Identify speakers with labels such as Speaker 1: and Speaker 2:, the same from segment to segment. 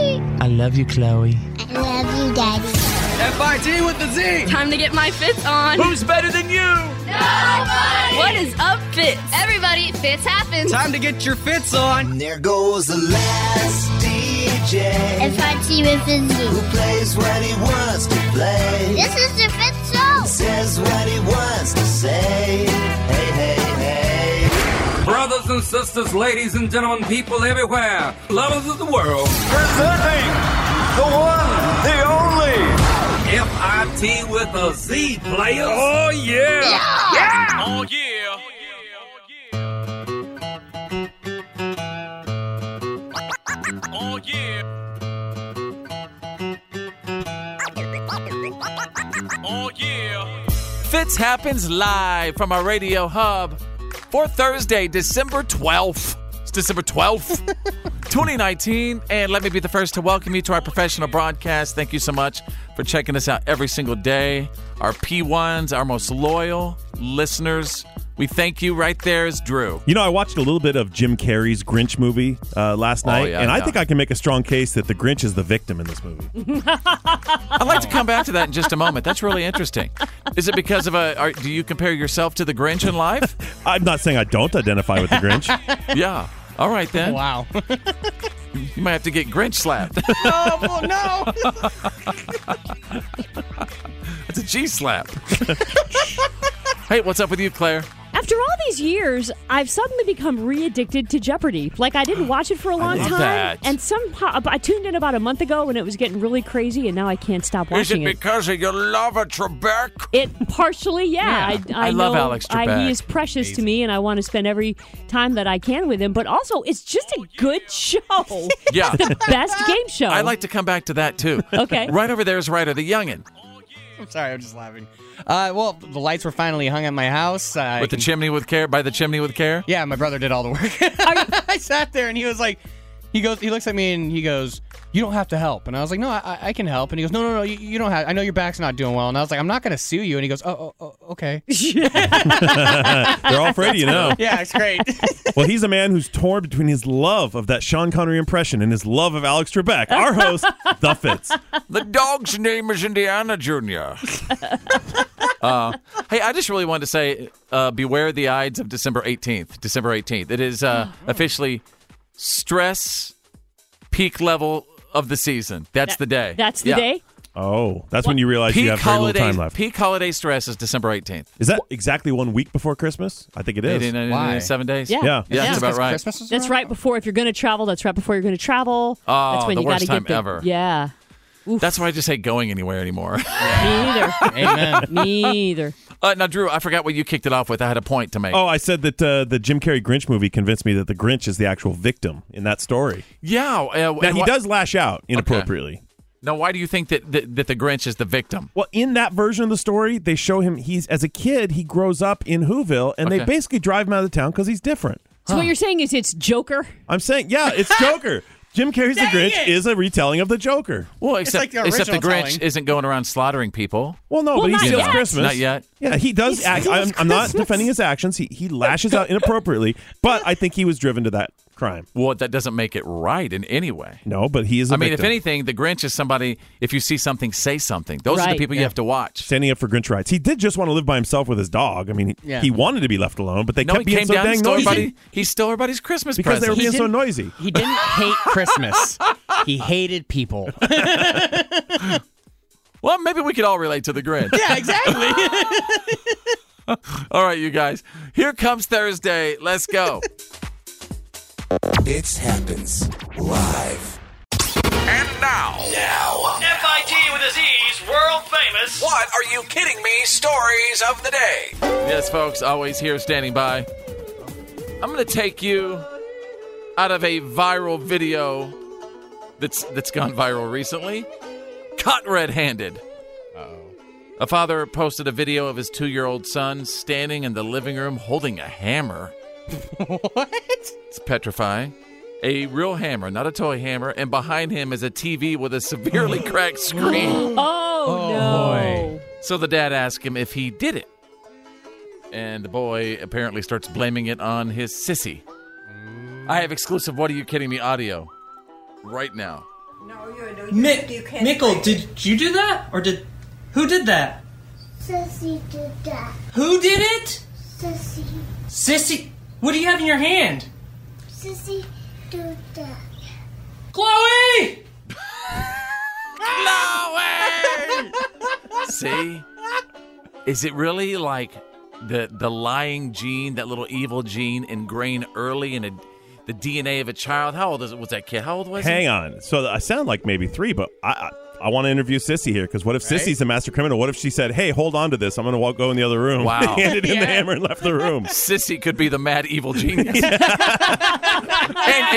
Speaker 1: love you, Chloe.
Speaker 2: I love you, Daddy.
Speaker 3: FIT with the Z.
Speaker 4: Time to get my fits on.
Speaker 3: Who's better than you?
Speaker 4: What is up, fits?
Speaker 5: Everybody, fits happens.
Speaker 3: Time to get your fits on.
Speaker 6: There goes the last DJ
Speaker 2: If I see with
Speaker 6: who
Speaker 2: the Z.
Speaker 6: plays what he wants to play,
Speaker 2: This is the fifth show.
Speaker 6: says what he wants to say. Hey, hey, hey.
Speaker 7: Brothers and sisters, ladies and gentlemen, people everywhere, lovers of the world,
Speaker 8: Presenting the one, the only.
Speaker 7: FIT with a Z players.
Speaker 8: Oh, yeah.
Speaker 9: Fitz happens live from our radio hub for Thursday, December 12th. It's December 12th, 2019. And let me be the first to welcome you to our professional broadcast. Thank you so much for checking us out every single day. Our P1s, our most loyal listeners, we thank you. Right there is Drew.
Speaker 10: You know, I watched a little bit of Jim Carrey's Grinch movie uh, last night,
Speaker 9: Oh, yeah,
Speaker 10: and I
Speaker 9: yeah.
Speaker 10: think I can make a strong case that the Grinch is the victim in this movie.
Speaker 9: I'd like to come back to that in just a moment. That's really interesting. Is it because of a, are, do you compare yourself to the Grinch in life?
Speaker 10: I'm not saying I don't identify with the Grinch.
Speaker 9: Yeah. All right then.
Speaker 3: Wow.
Speaker 9: You might have to get Grinch slapped.
Speaker 3: oh, no.
Speaker 9: It's a G slap. hey, what's up with you, Claire?
Speaker 11: After all these years, I've suddenly become re-addicted to Jeopardy. Like I didn't watch it for a long
Speaker 9: love
Speaker 11: time,
Speaker 9: that.
Speaker 11: and somehow I tuned in about a month ago, and it was getting really crazy, and now I can't stop watching it.
Speaker 9: because of your love of Trebek?
Speaker 11: It partially, yeah.
Speaker 9: Yeah.
Speaker 11: I, I,
Speaker 9: I love
Speaker 11: know
Speaker 9: Alex
Speaker 11: I,
Speaker 9: Trebek.
Speaker 11: he is precious to me, and I want to spend every time that I can with him. But also, it's just a good show.
Speaker 9: Yeah.
Speaker 11: Best game show.
Speaker 9: I'd like to come back to that too.
Speaker 11: Okay.
Speaker 9: Right over there is Ryder, the youngin,
Speaker 3: I'm sorry, I'm just laughing. Uh, well, the lights were finally hung at my house. I
Speaker 9: with the
Speaker 3: can-
Speaker 9: chimney with care. By the chimney with care.
Speaker 3: Yeah, my brother did all the work. I sat there and he was like, he goes, he looks at me and he goes, "You don't have to help." And I was like, "No, I, I- I can help." And he goes, "No, no, no, you, you don't have. I know your back's not doing well." And I was like, "I'm not gonna sue you." And he goes, "Oh, oh, oh okay."
Speaker 10: They're all afraid of you now.
Speaker 3: yeah, it's great.
Speaker 10: Well, he's a man who's torn between his love of that Sean Connery impression and his love of Alex Trebek. Our host, The Fitz.
Speaker 9: The dog's name is Indiana Junior. uh, hey, I just really wanted to say, uh, beware the Ides of December eighteenth. December eighteenth. It is
Speaker 11: Oh,
Speaker 9: uh, officially stress peak level of the season. That's the day.
Speaker 11: That's the
Speaker 9: Yeah.
Speaker 11: day.
Speaker 10: Oh, that's when you realize
Speaker 9: Peak
Speaker 10: you have very little
Speaker 9: holiday,
Speaker 10: time left.
Speaker 9: peak holiday stress is December 18th.
Speaker 10: Is that exactly one week before Christmas? I think it is.
Speaker 9: 18,
Speaker 3: Why?
Speaker 9: Seven days?
Speaker 11: Yeah.
Speaker 10: Yeah.
Speaker 9: Yeah, that's
Speaker 3: Just 'cause
Speaker 9: about right.
Speaker 3: Christmas is
Speaker 11: That's
Speaker 3: around?
Speaker 11: right before if you're going to travel. That's right before you're going to travel.
Speaker 9: Oh,
Speaker 11: that's when
Speaker 9: the
Speaker 11: you got to
Speaker 9: worst
Speaker 11: get
Speaker 9: time
Speaker 11: the
Speaker 9: ever.
Speaker 11: yeah.
Speaker 9: That's why I just hate going anywhere anymore.
Speaker 11: Me either.
Speaker 3: Amen.
Speaker 11: Me either.
Speaker 9: uh, now, Drew, I forgot what you kicked it off with. I had a point to make.
Speaker 10: Oh, I said that uh, the Jim Carrey Grinch movie convinced me that the Grinch is the actual victim in that story.
Speaker 9: yeah. Uh,
Speaker 10: Now,
Speaker 9: and
Speaker 10: he
Speaker 9: why-
Speaker 10: does lash out inappropriately.
Speaker 9: Now, why do you think that, that that the Grinch is the victim?
Speaker 10: Well, in that version of the story, they show him he's as a kid he grows up in Whoville, and they
Speaker 9: Okay.
Speaker 10: basically drive him out of the town because he's different.
Speaker 11: So what you're saying is it's Joker.
Speaker 10: I'm saying, yeah, it's Joker. Jim Carrey's The Grinch is a retelling of the Joker.
Speaker 9: Well, except
Speaker 3: like the
Speaker 9: except the
Speaker 3: original
Speaker 9: Grinch
Speaker 3: telling.
Speaker 9: isn't going around slaughtering people.
Speaker 10: Well, no, but he
Speaker 11: not
Speaker 10: steals
Speaker 11: yet.
Speaker 10: Christmas.
Speaker 9: Not yet.
Speaker 10: Yeah, he does. act, I'm, I'm not defending his actions. He he lashes out inappropriately, but I think he was driven to that crime.
Speaker 9: Well, that doesn't make it right in any way.
Speaker 10: No, but he is. I
Speaker 9: I mean, if anything, the Grinch is somebody. If you see something, say something. Those are the
Speaker 11: Right.
Speaker 9: people you have to watch.
Speaker 10: standing up for Grinch rights, he did just want to live by himself with his dog. I mean, he,
Speaker 3: Yeah.
Speaker 10: he wanted to be left alone, but they
Speaker 9: No,
Speaker 10: kept
Speaker 9: he
Speaker 10: being
Speaker 9: came
Speaker 10: so
Speaker 9: down and
Speaker 10: dang
Speaker 9: stole
Speaker 10: noisy
Speaker 9: everybody. He stole everybody's Christmas
Speaker 10: because they were
Speaker 9: present.
Speaker 10: being so noisy.
Speaker 3: He didn't hate Christmas. he hated people.
Speaker 9: well, maybe we could all relate to the Grinch.
Speaker 3: yeah, exactly.
Speaker 9: All right, you guys. Here comes Thursday. Let's go.
Speaker 6: It happens live.
Speaker 7: And now, now,
Speaker 8: FIT with a Z's world famous.
Speaker 7: what are you kidding me? Stories of the day.
Speaker 9: yes, folks, always here standing by. I'm going to take you out of a viral video that's that's gone viral recently. Caught red-handed. A father posted a video of his 2-year-old son standing in the living room holding a hammer.
Speaker 3: what?
Speaker 9: It's petrifying. A real hammer, not a toy hammer, and behind him is a TV with a severely cracked screen.
Speaker 11: Oh, no.
Speaker 9: So the dad asks him if he did it. And the boy apparently starts blaming it on his sissy. I have exclusive What Are You Kidding Me audio right now.
Speaker 8: No, you don't
Speaker 1: Mick, Mickle, Oh, did you do that, or did who did that?
Speaker 2: Sissy did that.
Speaker 1: Who did it?
Speaker 2: Sissy.
Speaker 1: Sissy, what do you have in your hand?
Speaker 2: Sissy did that.
Speaker 1: Chloe!
Speaker 9: See? Is it really like the the lying gene, that little evil gene ingrained early in a, the DNA of a child? How old is, was that kid? How old was he?
Speaker 10: Hang on. So I sound like maybe three, but I I, I want to interview Sissy here because what if Sissy's a master criminal? What if she said, "Hey, hold on to this. I'm going to walk go in the other room."
Speaker 9: Wow.
Speaker 10: Handed him the hammer and left the room.
Speaker 9: Sissy could be the mad evil genius. and, and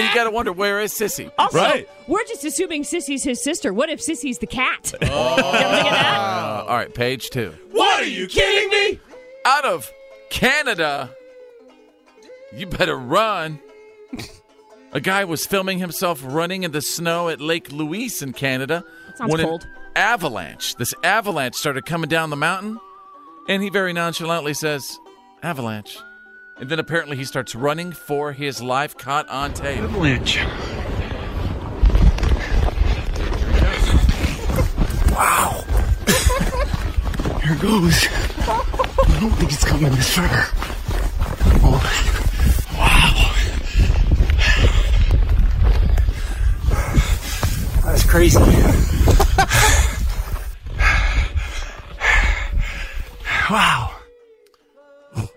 Speaker 9: you got to wonder where is Sissy?
Speaker 11: Also,
Speaker 10: Right.
Speaker 11: we're just assuming Sissy's his sister. What if Sissy's the cat?
Speaker 9: Oh. Uh, all right, page two.
Speaker 10: What are you kidding me?
Speaker 9: Out of Canada, you better run. a guy was filming himself running in the snow at Lake Louise in Canada.
Speaker 11: Sounds
Speaker 9: when an
Speaker 11: cold.
Speaker 9: avalanche, this avalanche started coming down the mountain, and he very nonchalantly says, Avalanche. And then apparently he starts running for his life, caught on tape.
Speaker 11: Oh
Speaker 7: Lynch.
Speaker 6: Here goes. I don't think it's coming this far. Oh. Wow. That's crazy. wow.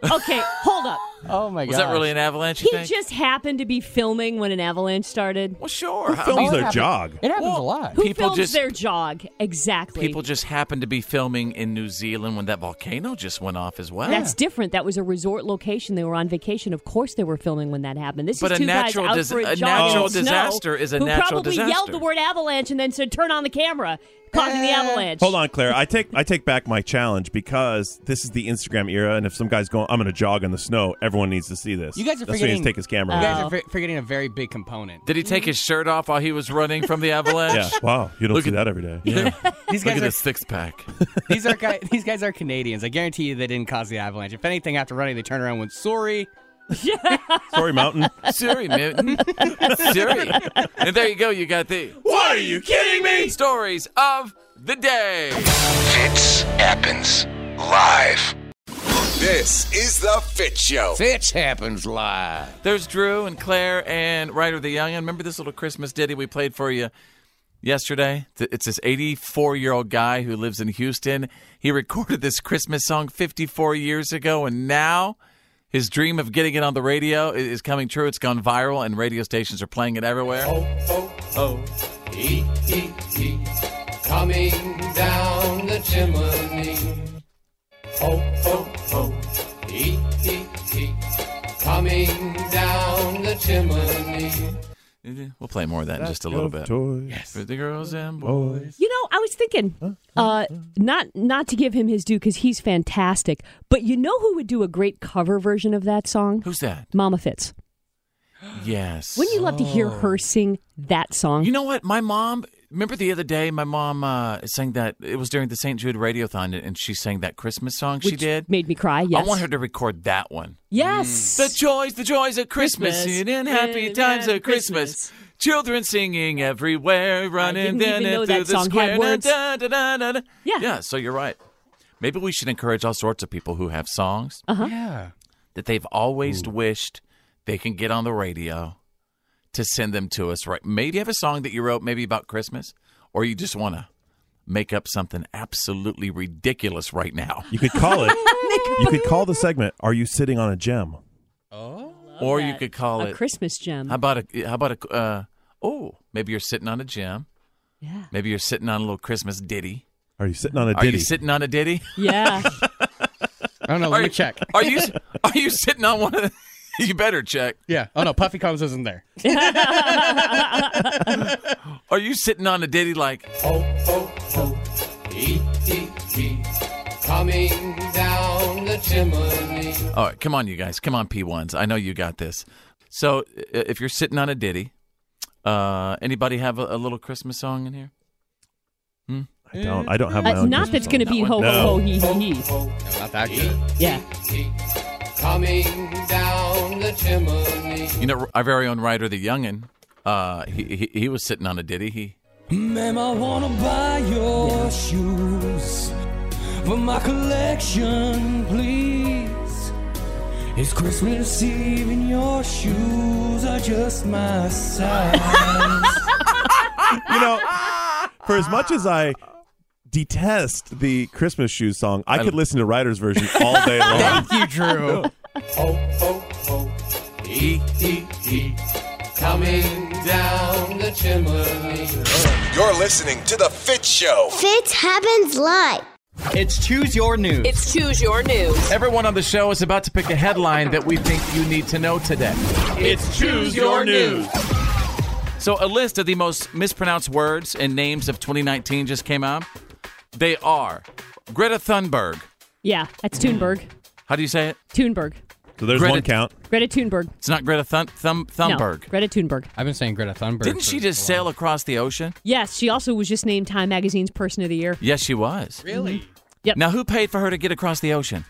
Speaker 11: okay, hold up.
Speaker 3: Oh my god.
Speaker 9: Was that really an avalanche? You
Speaker 11: He
Speaker 9: think?
Speaker 11: just happened to be filming when an avalanche started.
Speaker 9: well, sure. How-
Speaker 10: Films
Speaker 3: it
Speaker 10: their
Speaker 3: happened.
Speaker 10: jog.
Speaker 3: It happens
Speaker 9: Well,
Speaker 3: a lot.
Speaker 11: Who
Speaker 9: People
Speaker 11: films
Speaker 9: just-
Speaker 11: their jog? Exactly.
Speaker 9: People just happened to be filming in New Zealand when that volcano just went off as well.
Speaker 11: That's different. That was a resort location. They were on vacation. Of course, they were filming when that happened. This
Speaker 9: But a
Speaker 11: is two
Speaker 9: natural
Speaker 11: guys out
Speaker 9: dis-
Speaker 11: for
Speaker 9: a
Speaker 11: a, jog in
Speaker 9: natural
Speaker 11: the snow
Speaker 9: disaster is a
Speaker 11: who
Speaker 9: natural
Speaker 11: probably yelled
Speaker 9: disaster. Eh.
Speaker 11: the word avalanche and then said, "Turn on the camera," causing the avalanche.
Speaker 10: Hold on, Claire. I take I take back my challenge because this is the Instagram era, and if some guy's going, I'm going to jog in the snow. Everyone needs to see this.
Speaker 3: You guys are
Speaker 10: That's when he
Speaker 3: forgetting- Uh,
Speaker 10: needs to take his camera.
Speaker 3: You
Speaker 10: with him.
Speaker 3: guys are for- forgetting a very big component.
Speaker 9: Did he take his shirt off while he was running from the
Speaker 10: yeah.
Speaker 9: avalanche?
Speaker 10: Wow. You don't
Speaker 9: Look
Speaker 10: see
Speaker 9: at-
Speaker 10: that every day.
Speaker 3: These
Speaker 9: Look
Speaker 3: guys
Speaker 9: at
Speaker 3: are
Speaker 9: this six pack.
Speaker 3: these are guy, these guys are Canadians. I guarantee you they didn't cause the avalanche. If anything, after running, they turn around and went, "Sorry."
Speaker 10: Sorry, Mountain.
Speaker 9: Siri, man. Siri. And there you go. You got the
Speaker 10: what are you kidding me?
Speaker 9: stories of the day.
Speaker 8: Fitz happens live. This is the Fit
Speaker 9: Oh.
Speaker 8: Show.
Speaker 12: Fitch happens live.
Speaker 9: There's Drew and Claire and Ryder the Youngin. Remember this little Christmas ditty we played for you yesterday? Th- It's this 84 year old guy who lives in Houston. He recorded this Christmas song 54 years ago, and now his dream of getting it on the radio i- is coming true. It's gone viral, and radio stations are playing it everywhere.
Speaker 12: Eat, eat, eat. Coming down the chimney. Ho, ho, ho. Eat, eat, eat. Coming down the chimney.
Speaker 9: We'll play more of that in just a little bit. For the girls and boys.
Speaker 11: You know, I was thinking, uh, not not to give him his due because he's fantastic, but you know who would do a great cover version of that song?
Speaker 9: Who's that?
Speaker 11: Mama Fitz.
Speaker 9: Yes.
Speaker 11: Wouldn't you love to hear her sing that song?
Speaker 9: You know what? My mom. Remember the other day, my mom uh, sang that. It was during the St. Jude Radiothon, and she sang that Christmas song she
Speaker 11: Which
Speaker 9: did.
Speaker 11: Made me cry. Yes.
Speaker 9: I want her to Mm. record that one.
Speaker 11: Yes.
Speaker 9: The joys, the joys of Christmas,
Speaker 11: Christmas.
Speaker 9: and in happy
Speaker 11: And
Speaker 9: times
Speaker 11: at
Speaker 9: of Christmas.
Speaker 11: Christmas.
Speaker 9: Children singing everywhere, running
Speaker 11: didn't even
Speaker 9: down
Speaker 11: know
Speaker 9: and
Speaker 11: that
Speaker 9: through the
Speaker 11: song had
Speaker 9: square.
Speaker 11: words.
Speaker 9: Da, da, da, da, da.
Speaker 11: Yeah.
Speaker 9: yeah, so you're right. Maybe we should encourage all sorts of people who have songs
Speaker 3: Uh-huh. Yeah.
Speaker 9: that they've always wished they can get on the radio to send them to us. Right? Maybe you have a song that you wrote, maybe about Christmas, or you just want to make up something absolutely ridiculous right now,
Speaker 10: You could call it. you could call the segment. Are you sitting on a gem?
Speaker 9: or you could call
Speaker 11: a
Speaker 9: it.
Speaker 11: Christmas gem.
Speaker 9: How about a? How about a? Uh, oh, maybe you're sitting on a gym.
Speaker 11: yeah.
Speaker 9: Maybe you're sitting on a little Christmas ditty.
Speaker 10: Are you sitting on a
Speaker 9: Are
Speaker 10: ditty?
Speaker 9: you sitting on a ditty?
Speaker 11: Yeah. Uh,
Speaker 3: I don't know. Oh,
Speaker 9: Are
Speaker 3: Let me
Speaker 9: you-
Speaker 3: check.
Speaker 9: Are you? Are you sitting on one of? The, you better check.
Speaker 3: Yeah. Oh no, Puffy Combs isn't there.
Speaker 9: Are you sitting on a ditty like?
Speaker 12: Ho, ho, ho. Eat, eat, eat. Coming down the chimney.
Speaker 9: All right, come on, you guys. Come on, P1s. I know you got this. So, i- if you're sitting on a ditty, uh, anybody have a, a little Christmas song in here?
Speaker 10: I don't.
Speaker 3: Mm.
Speaker 10: I don't have my
Speaker 11: Uh,
Speaker 10: own.
Speaker 11: not
Speaker 10: Christmas
Speaker 11: that's
Speaker 10: song.
Speaker 11: going to be
Speaker 9: That
Speaker 11: ho
Speaker 9: one.
Speaker 11: ho ho hee hee hee.
Speaker 12: Ho,
Speaker 3: No, not that good.
Speaker 11: Yeah.
Speaker 12: eat, coming down the chimney.
Speaker 9: You know, our very own writer, the Youngin, uh, he, he he was sitting on a ditty. He
Speaker 13: Ma'am, I wanna buy your shoes for my collection, please. It's Christmas Eve and your shoes are just my size.
Speaker 10: you know, for as much as I detest the Christmas shoes song, I, could listen to Ryder's version all day long.
Speaker 3: Thank you, Drew.
Speaker 12: Ho, ho, ho. Eat, eat, eat. Coming down the chimney.
Speaker 14: You're listening to The Fit Show.
Speaker 2: Fitz happens live.
Speaker 9: It's Choose Your News.
Speaker 4: It's Choose Your News.
Speaker 9: Everyone on the show is about to pick a headline that we think you need to know today.
Speaker 12: It's Choose Your News.
Speaker 9: So, a list of the most mispronounced words and names of 2019 just came out. They are Greta Thunberg.
Speaker 11: Yeah, that's Thunberg.
Speaker 9: How do you say it?
Speaker 11: Thunberg.
Speaker 10: So there's
Speaker 9: Greta-
Speaker 10: one count.
Speaker 11: Greta Thunberg.
Speaker 9: It's not Greta Thun- Thum- Thunberg.
Speaker 11: No, Greta Thunberg.
Speaker 3: I've been saying Greta Thunberg.
Speaker 9: Didn't she just sail across the ocean?
Speaker 11: Yes, she also was just named Time Magazine's Person of the Year.
Speaker 9: Yes, she was.
Speaker 11: Really? Mm-hmm. Yep.
Speaker 9: Now, who paid for her to get across the ocean?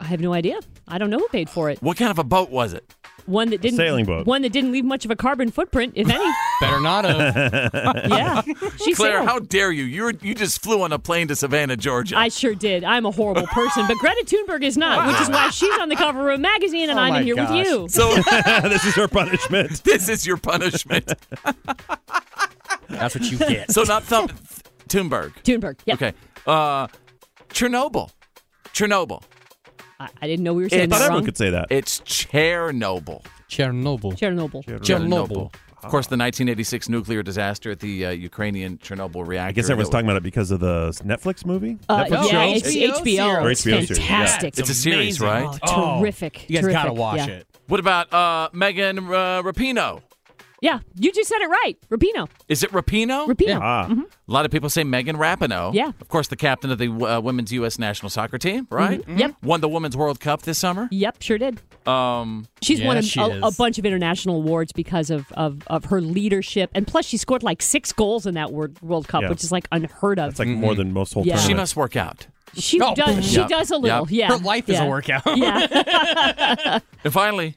Speaker 11: I have no idea. I don't know who paid for it.
Speaker 9: What kind of a boat was it?
Speaker 11: One that didn't
Speaker 9: sailing boat.
Speaker 11: One that didn't leave much of a carbon footprint, if any.
Speaker 3: Better not have.
Speaker 11: yeah. She "Oh,
Speaker 9: Claire,
Speaker 11: sailed.
Speaker 9: how dare you? You were- you just flew on a plane to Savannah, Georgia.
Speaker 11: I sure did. I'm a horrible person, but Greta Thunberg is not, which is why she's on the cover of a magazine
Speaker 10: Oh
Speaker 11: and I'm in here with you.
Speaker 9: So
Speaker 10: this is your punishment.
Speaker 9: This is your punishment.
Speaker 3: That's what you get.
Speaker 9: So not Thum- Thunberg.
Speaker 11: Thunberg. Yep.
Speaker 9: Okay. Uh, Chernobyl. Chernobyl.
Speaker 11: I, I didn't know we were saying
Speaker 9: It's-
Speaker 11: that wrong.
Speaker 10: say that.
Speaker 9: It's Chernobyl.
Speaker 3: Chernobyl.
Speaker 11: Chernobyl.
Speaker 9: Of course, the 1986 nuclear disaster at the uh, Ukrainian Chernobyl reactor.
Speaker 10: I guess everyone's talking about it because of the Netflix movie.
Speaker 11: Uh,
Speaker 10: Netflix
Speaker 11: yeah,
Speaker 10: show?
Speaker 11: it's HBO.
Speaker 10: Or
Speaker 11: It's
Speaker 10: HBO series, yeah.
Speaker 11: fantastic.
Speaker 9: It's a series, right?
Speaker 11: Oh, terrific.
Speaker 9: You guys
Speaker 11: terrific.
Speaker 9: gotta watch
Speaker 11: yeah.
Speaker 9: it. What about uh, Megan uh, Rapino?
Speaker 11: Yeah, you just said it right. Rapino.
Speaker 9: Is it Rapino?
Speaker 11: Rapino. Yeah.
Speaker 9: Ah. A lot of people say Megan Rapinoe.
Speaker 11: Yeah.
Speaker 9: Of course, the captain of the uh, women's U.S. national soccer team, right?
Speaker 11: Mhm. Yep.
Speaker 9: Won the Women's World Cup this summer.
Speaker 11: Yep, sure did.
Speaker 9: Um,
Speaker 11: She's won a, a, a bunch of international awards because of, of, of her leadership. And plus, she scored like six goals in that World, World Cup,
Speaker 10: Yeah.
Speaker 11: which is like unheard of.
Speaker 10: That's like more than most whole
Speaker 11: Yeah.
Speaker 10: tournament.
Speaker 11: She
Speaker 9: must work out.
Speaker 11: She
Speaker 9: Oh.
Speaker 11: does. She
Speaker 9: Yep.
Speaker 11: does a little.
Speaker 9: Yep.
Speaker 11: Yeah.
Speaker 9: Her life is a
Speaker 11: yeah.
Speaker 9: workout.
Speaker 11: Yeah.
Speaker 9: And finally,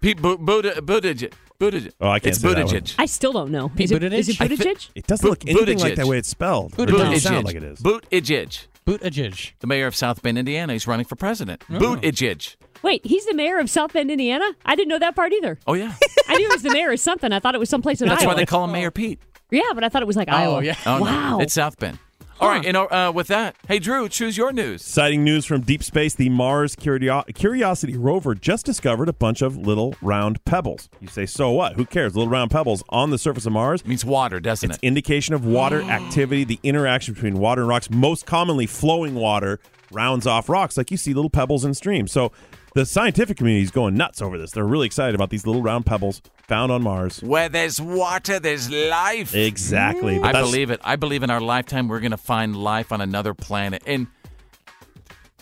Speaker 9: Pete Bu- Buttig- Buttigieg. Buttigieg.
Speaker 10: Oh, I can't
Speaker 9: It's
Speaker 10: say that one.
Speaker 9: Buttigieg.
Speaker 11: I still don't know. Is it, is it
Speaker 9: I thi-
Speaker 11: Buttigieg?
Speaker 10: It doesn't look anything like that way it's spelled. Or It doesn't sound like it is.
Speaker 9: Buttigieg.
Speaker 3: Buttigieg.
Speaker 9: The mayor of South Bend, Indiana. He's running for president. Buttigieg.
Speaker 11: Wait, he's the mayor of South Bend, Indiana? I didn't know that part either.
Speaker 9: Oh, yeah.
Speaker 11: I knew he was the mayor of something. I thought it was someplace in
Speaker 9: That's why
Speaker 11: Iowa.
Speaker 9: they call him Mayor Pete.
Speaker 11: Yeah, but I thought it was like Iowa.
Speaker 9: Oh, no.
Speaker 11: Wow.
Speaker 9: It's South Bend. All right. And uh, with that, hey, Drew, choose your news.
Speaker 10: Exciting news from deep space. The Mars Curio- Curiosity rover just discovered a bunch of little round pebbles. You say, so what? Who cares? Little round pebbles on the surface of Mars.
Speaker 9: means water, doesn't
Speaker 10: it's it? indication of water activity, the interaction between water and rocks. Most commonly, flowing water rounds off rocks like you see little pebbles in streams. So the scientific community is going nuts over this. They're really excited about these little round pebbles found on Mars.
Speaker 9: Where there's water, there's life.
Speaker 10: Exactly. But
Speaker 9: Mm. I
Speaker 10: that's-
Speaker 9: believe it. I believe in our lifetime we're going to find life on another planet. And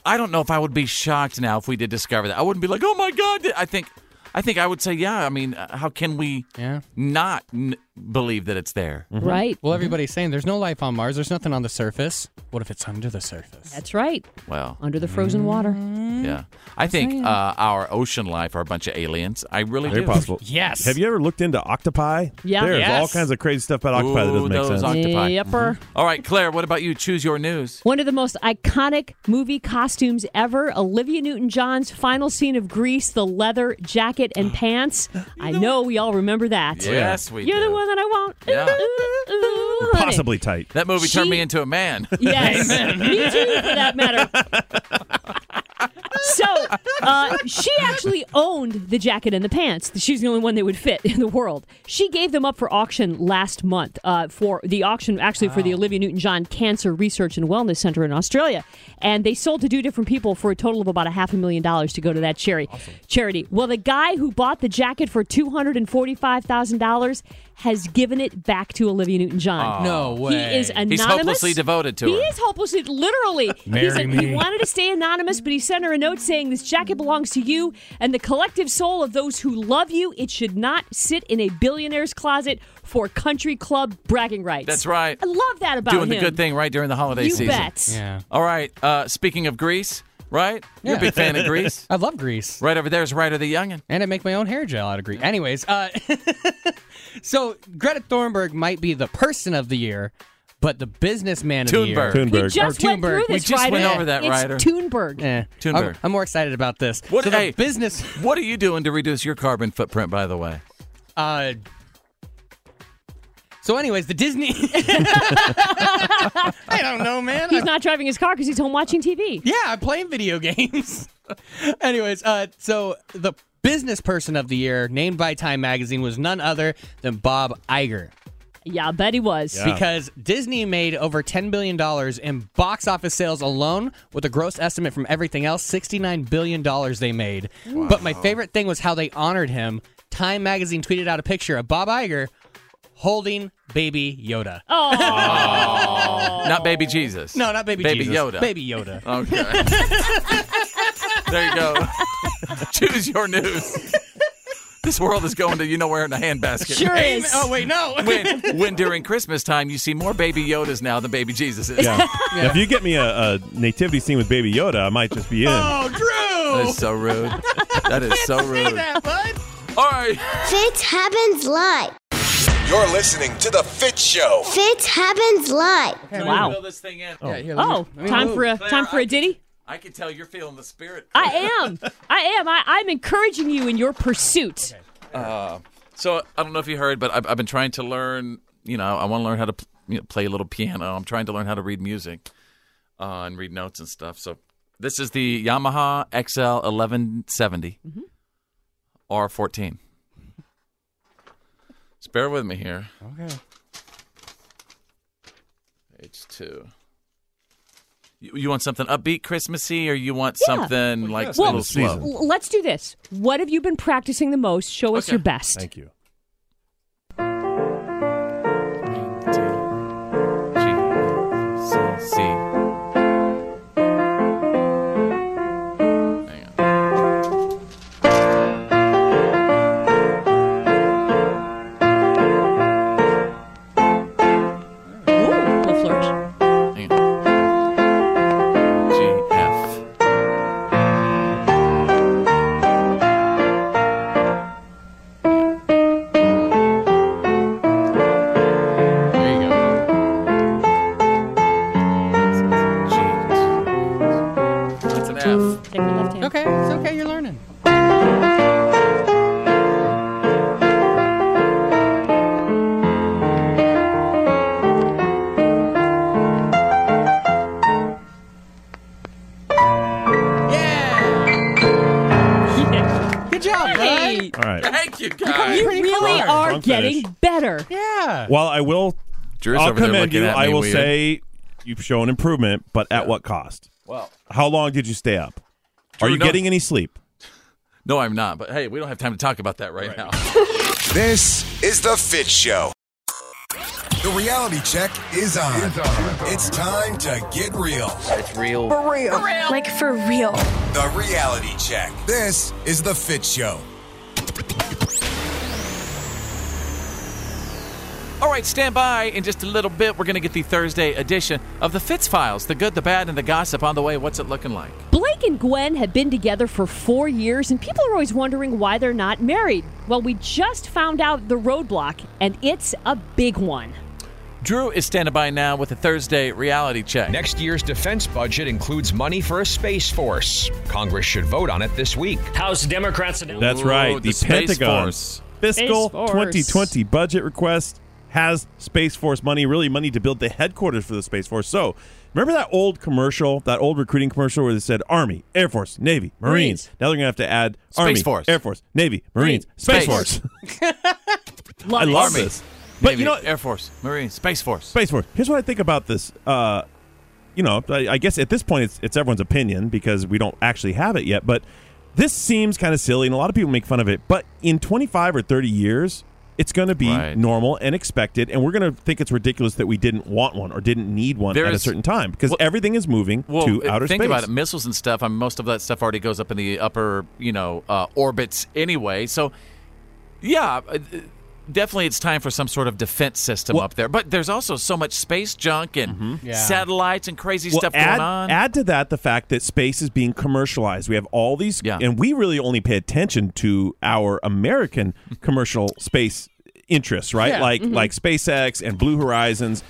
Speaker 9: I don't know if I would be shocked now if we did discover that. I wouldn't be like, "Oh my god." I think I think I would say, "Yeah, I mean, uh, how can we not n- believe that it's there?"
Speaker 11: Right.
Speaker 3: Well, everybody's saying there's no life on Mars. There's nothing on the surface. What if it's under the surface?
Speaker 11: That's right.
Speaker 9: Well,
Speaker 11: Under the frozen water.
Speaker 9: yeah. I think uh, our ocean life are a bunch of aliens. I really
Speaker 10: Very
Speaker 9: do.
Speaker 10: possible.
Speaker 3: Yes.
Speaker 10: Have you ever looked into octopi?
Speaker 9: Yeah.
Speaker 10: There's all
Speaker 9: Yes.
Speaker 10: kinds of crazy stuff about octopi that
Speaker 9: Ooh,
Speaker 10: doesn't make
Speaker 9: those
Speaker 10: sense.
Speaker 9: octopi.
Speaker 11: Yepper.
Speaker 9: All right, Claire, what about you? Choose your news.
Speaker 11: One of the most iconic movie costumes ever, Olivia Newton John's final scene of Grease, the leather jacket and pants. I know we all remember
Speaker 3: Oh,
Speaker 11: that.
Speaker 9: Yes, we
Speaker 11: You're
Speaker 9: do.
Speaker 11: the one that I want.
Speaker 9: Yeah.
Speaker 11: Ooh, honey.
Speaker 10: Possibly tight.
Speaker 9: That movie turned
Speaker 11: She-
Speaker 9: me into a man.
Speaker 11: Yes. Me too, for that matter. So uh, she actually owned the jacket and the pants. She's the only one that would fit in the world. She gave them up for auction last month uh, for the auction, actually for the Olivia Newton John Cancer Research and Wellness Center in Australia, and they sold to two different people for a total of about a half a million dollars to go to that charity. Charity. Well, the guy who bought the jacket for two hundred and forty-five thousand dollars has given it back to Olivia Newton John.
Speaker 9: Oh. No
Speaker 11: He is
Speaker 9: way.
Speaker 11: anonymous.
Speaker 9: He's hopelessly devoted to
Speaker 11: He
Speaker 9: her.
Speaker 11: is hopelessly, literally.
Speaker 9: Marry
Speaker 11: He's a-
Speaker 9: me.
Speaker 11: He wanted to stay anonymous, but he sent her a note saying, This jacket belongs to you and the collective soul of those who love you. It should not sit in a billionaire's closet for country club bragging rights.
Speaker 9: That's right.
Speaker 11: I love that about
Speaker 9: Doing the
Speaker 11: him.
Speaker 9: good thing right during the holiday
Speaker 11: You
Speaker 9: season.
Speaker 11: bet.
Speaker 3: Yeah.
Speaker 9: All right. Uh, speaking of Grease, right? You're a big fan of Grease.
Speaker 3: I love Grease.
Speaker 9: Right over there is Ryder the Youngin.
Speaker 3: And I make my own hair gel out of Grease. Anyways, uh, So Greta Thornburg might be the person of the year, but the businessman of
Speaker 9: Thunberg.
Speaker 3: the year.
Speaker 9: We
Speaker 3: Or
Speaker 11: just went through
Speaker 3: Thunberg.
Speaker 11: this, We just Ryder. went over that, It's Ryder. Thunberg.
Speaker 3: Eh.
Speaker 9: Thunberg.
Speaker 3: I'm, I'm more excited about this.
Speaker 9: What
Speaker 3: so the
Speaker 9: hey,
Speaker 3: business?
Speaker 9: What are you doing to reduce your carbon footprint? By the way,
Speaker 3: Uh, so, anyways, the Disney. I don't know, man.
Speaker 11: He's not driving his car because he's home watching TV.
Speaker 3: Yeah, I'm playing video games. Anyways, uh, so the business person of the year named by Time Magazine was none other than Bob Iger.
Speaker 11: Yeah, I bet he was.
Speaker 3: Because Disney made over $10 billion in box office sales alone, with a gross estimate from everything else, $69 billion they made. But my favorite thing was how they honored him. Time Magazine tweeted out a picture of Bob Iger holding baby Yoda.
Speaker 11: Oh,
Speaker 9: not baby Jesus.
Speaker 3: No, not baby
Speaker 9: baby
Speaker 3: Jesus.
Speaker 9: Yoda.
Speaker 3: Baby Yoda.
Speaker 9: Okay. there you go. Choose your news. This world is going to you know where in a handbasket.
Speaker 3: Sure is. Amen. Oh, wait, no.
Speaker 9: when, when during Christmas time you see more baby Yodas now than baby Jesuses.
Speaker 10: Yeah. Now, If you get me a, a nativity scene with Baby Yoda, I might just be in.
Speaker 3: Oh. Drew!
Speaker 9: That is so rude. That is so rude. All right.
Speaker 2: Fitz happens live.
Speaker 14: You're listening to The Fit Show.
Speaker 2: Fitz happens live.
Speaker 11: Wow.
Speaker 9: this thing in.
Speaker 11: Oh, time for a time for a ditty.
Speaker 9: I can tell you're feeling the spirit.
Speaker 11: I am. I am. I, I'm encouraging you in your pursuit.
Speaker 9: Uh, so I don't know if you heard, but I've, I've been trying to learn. You know, I want to learn how to pl- you know, play a little piano. I'm trying to learn how to read music uh, and read notes and stuff. So this is the Yamaha XL 1170
Speaker 11: Mm-hmm.
Speaker 9: R14. Just bear with me here.
Speaker 3: Okay.
Speaker 9: Page two. You, you want something upbeat, Christmassy, or you want
Speaker 11: Yeah.
Speaker 9: something like a
Speaker 11: Well,
Speaker 9: little slow?
Speaker 11: l- let's do this. What have you been practicing the most? Show us your best.
Speaker 10: Thank you.
Speaker 9: C.
Speaker 11: Little flourish.
Speaker 9: G F. There you go. G. That's an F.
Speaker 11: Take your left hand.
Speaker 3: Okay, it's okay. You're learning. Yeah. Good job, bud.
Speaker 10: All right.
Speaker 9: Thank you,
Speaker 11: You,
Speaker 9: guys.
Speaker 11: really
Speaker 10: close.
Speaker 11: are
Speaker 10: Wrong
Speaker 11: getting
Speaker 10: finish.
Speaker 11: better.
Speaker 3: Yeah.
Speaker 10: While I will,
Speaker 9: Drew's
Speaker 10: I'll
Speaker 9: over there
Speaker 10: commend
Speaker 9: looking
Speaker 10: you.
Speaker 9: at
Speaker 10: I
Speaker 9: me
Speaker 10: will
Speaker 9: weird.
Speaker 10: say you've shown improvement, but at what cost?
Speaker 9: Well,
Speaker 10: How long did you stay up?
Speaker 9: Drew,
Speaker 10: Are you
Speaker 9: no-
Speaker 10: getting any sleep?
Speaker 9: no, I'm not. But hey, we don't have time to talk about that right, now.
Speaker 14: This is The Fit Show. The reality check is on. It's, time to get real. It's real.
Speaker 15: For real. Like for real.
Speaker 14: The reality check. This is The Fit Show.
Speaker 9: All right, stand by. In just a little bit, we're going to get the Thursday edition of the Fitz Files the good, the bad, and the gossip on the way. What's it looking like?
Speaker 11: Blake and Gwen have been together for four years, and people are always wondering why they're not married. Well, we just found out the roadblock, and it's a big one.
Speaker 10: Mm-hmm.
Speaker 9: Drew is standing by now with a Thursday reality check.
Speaker 16: Next year's defense budget includes money for a space force. Congress should vote on it this week.
Speaker 17: House Democrats.
Speaker 10: That's right. The, Pentagon fiscal
Speaker 17: Space Force.
Speaker 10: 2020 budget request has Space Force money, really money to build the headquarters for the Space Force. So, remember that old commercial, that old recruiting commercial where they said Army, Air Force, Navy, Marines.
Speaker 9: Marines.
Speaker 10: Now they're going to have to add
Speaker 9: Space
Speaker 10: Army,
Speaker 9: Force.
Speaker 10: Air Force, Navy, Marines, Space,
Speaker 9: Space.
Speaker 10: Force.
Speaker 11: Love
Speaker 10: I
Speaker 11: it.
Speaker 10: love
Speaker 9: Army,
Speaker 10: this. But
Speaker 9: Navy,
Speaker 10: you know,
Speaker 9: Air Force, Marine, Space Force.
Speaker 10: Space Force. Here's what I think about this. Uh, you know, I, I guess at this point it's, it's everyone's opinion because we don't actually have it yet. But this seems kind of silly, and a lot of people make fun of it. But in 25 or 30 years, it's going to be normal and expected, and we're going to think it's ridiculous that we didn't want one or didn't need one
Speaker 9: There
Speaker 10: at a
Speaker 9: is-
Speaker 10: certain time because everything is moving
Speaker 9: Well,
Speaker 10: to
Speaker 9: uh,
Speaker 10: outer
Speaker 9: think
Speaker 10: space.
Speaker 9: about it. Missiles and stuff. I mean, most of that stuff already goes up in the upper, you know, uh, orbits anyway. So, yeah, uh, definitely it's time for some sort of defense system up there. But there's also so much space junk and
Speaker 10: Yeah.
Speaker 9: satellites and crazy
Speaker 10: Mm-hmm. Well,
Speaker 9: stuff
Speaker 10: add,
Speaker 9: going on.
Speaker 10: add to that the fact that space is being commercialized. We have all these, and we really only pay attention to our American commercial space interests, right?
Speaker 9: Yeah.
Speaker 10: Like
Speaker 9: Mhm.
Speaker 10: like SpaceX and Blue Horizons.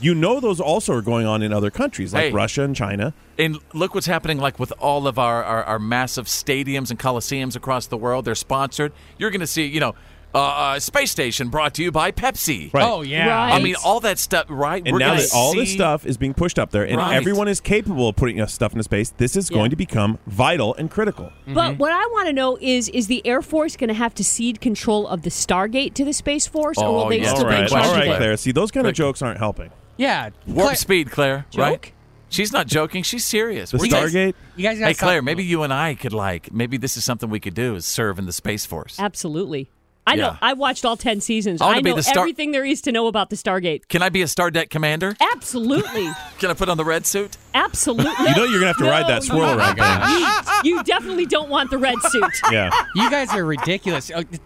Speaker 10: You know those also are going on in other countries like
Speaker 9: Hey.
Speaker 10: Russia and China.
Speaker 9: And look what's happening, like with all of our, our, our massive stadiums and coliseums across the world. They're sponsored. You're going to see, you know, uh, uh, space station brought to you by Pepsi.
Speaker 10: Right. Oh,
Speaker 3: yeah. Right.
Speaker 9: I mean, all that stuff, right?
Speaker 10: And
Speaker 9: We're
Speaker 10: now
Speaker 9: gonna
Speaker 10: that all this
Speaker 9: see-
Speaker 10: stuff is being pushed up there and
Speaker 9: Right.
Speaker 10: everyone is capable of putting us stuff into space, this is going to become vital and critical.
Speaker 11: But what I want to know is is the Air Force going to have to cede control of the Stargate to the Space Force, or will they
Speaker 10: Oh, all
Speaker 11: still be in
Speaker 10: right,
Speaker 11: charge
Speaker 10: all
Speaker 11: of
Speaker 10: right,
Speaker 11: it?
Speaker 10: Claire. See, those kind of jokes aren't helping.
Speaker 3: Yeah.
Speaker 9: Warp
Speaker 3: Claire-
Speaker 9: speed, Claire.
Speaker 3: Joke?
Speaker 9: Right? She's not joking. She's serious.
Speaker 10: The
Speaker 9: We guys-
Speaker 10: Stargate?
Speaker 3: You guys gotta
Speaker 9: Hey, Claire.
Speaker 3: stop-
Speaker 9: Maybe you and I could like. Maybe this is something we could do: is serve in the space force.
Speaker 11: Absolutely. I know.
Speaker 9: Yeah.
Speaker 11: I watched all ten seasons.
Speaker 9: I
Speaker 11: I,
Speaker 9: wanna be
Speaker 11: know
Speaker 9: the Star-
Speaker 11: everything there is to know about the Stargate.
Speaker 9: Can I be a Star Deck commander?
Speaker 11: Absolutely,
Speaker 9: Can I put on the red suit?
Speaker 11: absolutely.
Speaker 9: You know you're gonna have to ride
Speaker 11: No,
Speaker 9: that swirl
Speaker 11: you-
Speaker 9: around, guys.
Speaker 11: You, you definitely don't want the red suit.
Speaker 10: Yeah.
Speaker 3: You guys are ridiculous. Oh, t-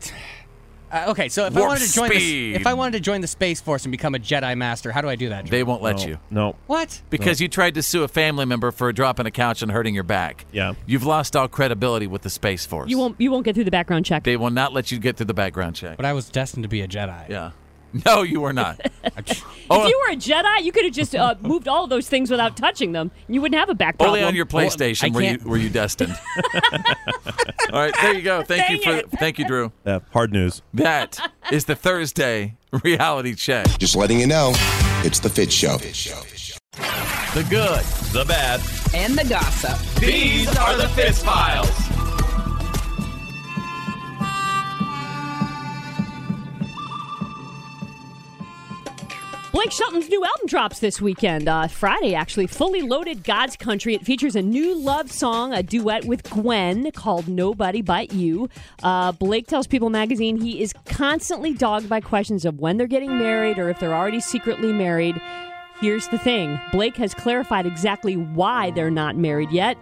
Speaker 3: uh, okay, so if I
Speaker 9: Warp
Speaker 3: wanted to join the,
Speaker 9: speed.
Speaker 3: if I wanted to join the space force and become a Jedi master, how do I do that?
Speaker 9: They won't let
Speaker 3: No.
Speaker 9: you.
Speaker 10: No.
Speaker 3: What?
Speaker 9: Because you tried to sue a family member for dropping a couch and hurting your back.
Speaker 10: Yeah.
Speaker 9: You've lost all credibility with the Space Force.
Speaker 11: You won't. You won't get through the background check.
Speaker 9: They will not let you get through the background check.
Speaker 3: But I was destined to be a Jedi.
Speaker 9: Yeah. No, you were not. oh,
Speaker 11: if
Speaker 9: uh
Speaker 11: you were a Jedi, you could have just uh, moved all of those things without touching them. You wouldn't have a back problem.
Speaker 9: Only on your PlayStation were you were you destined. all right, there you go. Thank you for thank you, Drew.
Speaker 10: Uh, hard news.
Speaker 9: That is the Thursday reality check.
Speaker 14: Just letting you know, it's the Fit Show.
Speaker 9: The good, the bad.
Speaker 17: And the gossip.
Speaker 9: These are the Fist Files.
Speaker 11: Blake Shelton's new album drops this weekend, uh, Friday actually. Fully loaded God's Country. It features a new love song, a duet with Gwen called Nobody But You. Uh, Blake tells People magazine he is constantly dogged by questions of when they're getting married or if they're already secretly married. Here's the thing Blake has clarified exactly why they're not married yet.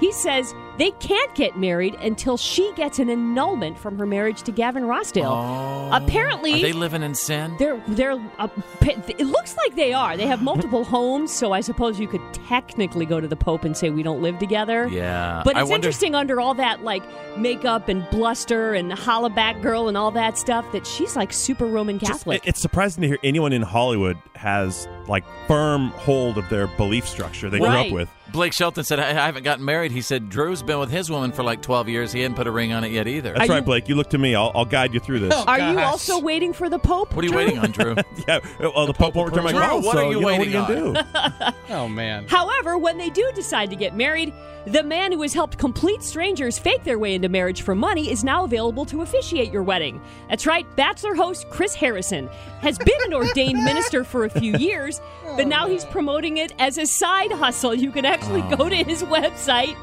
Speaker 11: He says they can't get married until she gets an annulment from her marriage to Gavin
Speaker 9: Oh.
Speaker 11: Rossdale. Apparently,
Speaker 9: Are they living in sin?
Speaker 11: they're they're. Uh, pa- it looks like they are. They have multiple homes, so I suppose you could technically go to the Pope and say we don't live together.
Speaker 9: Yeah.
Speaker 11: But
Speaker 9: I
Speaker 11: it's
Speaker 9: wonder-
Speaker 11: interesting under all that like makeup and bluster and holla back girl and all that stuff that she's like super Roman Catholic.
Speaker 10: It- it's surprising to hear anyone in Hollywood has like firm hold of their belief structure they grew up with.
Speaker 9: Blake Shelton said, I, I haven't gotten married. He said, Drew's been with his woman for like 12 years. He hadn't put a ring on it yet either.
Speaker 10: That's right, Blake. You look to me. I'll, I'll guide you through this.
Speaker 11: Oh,
Speaker 9: Oh.
Speaker 11: are you also waiting for the Pope?
Speaker 9: What are you waiting on, Drew?
Speaker 10: yeah. Well, the, Pope won't return my
Speaker 9: Drew,
Speaker 10: call.
Speaker 9: what
Speaker 10: so,
Speaker 9: are you
Speaker 10: know,
Speaker 9: waiting
Speaker 10: what are you gonna
Speaker 9: on?
Speaker 10: do?
Speaker 3: Oh man.
Speaker 11: However, when they do decide to get married, the man who has helped complete strangers fake their way into marriage for money is now available to officiate your wedding. That's right, Bachelor host Chris Harrison has been an ordained minister for a few years, but now he's promoting it as a side hustle. You can actually go to his website.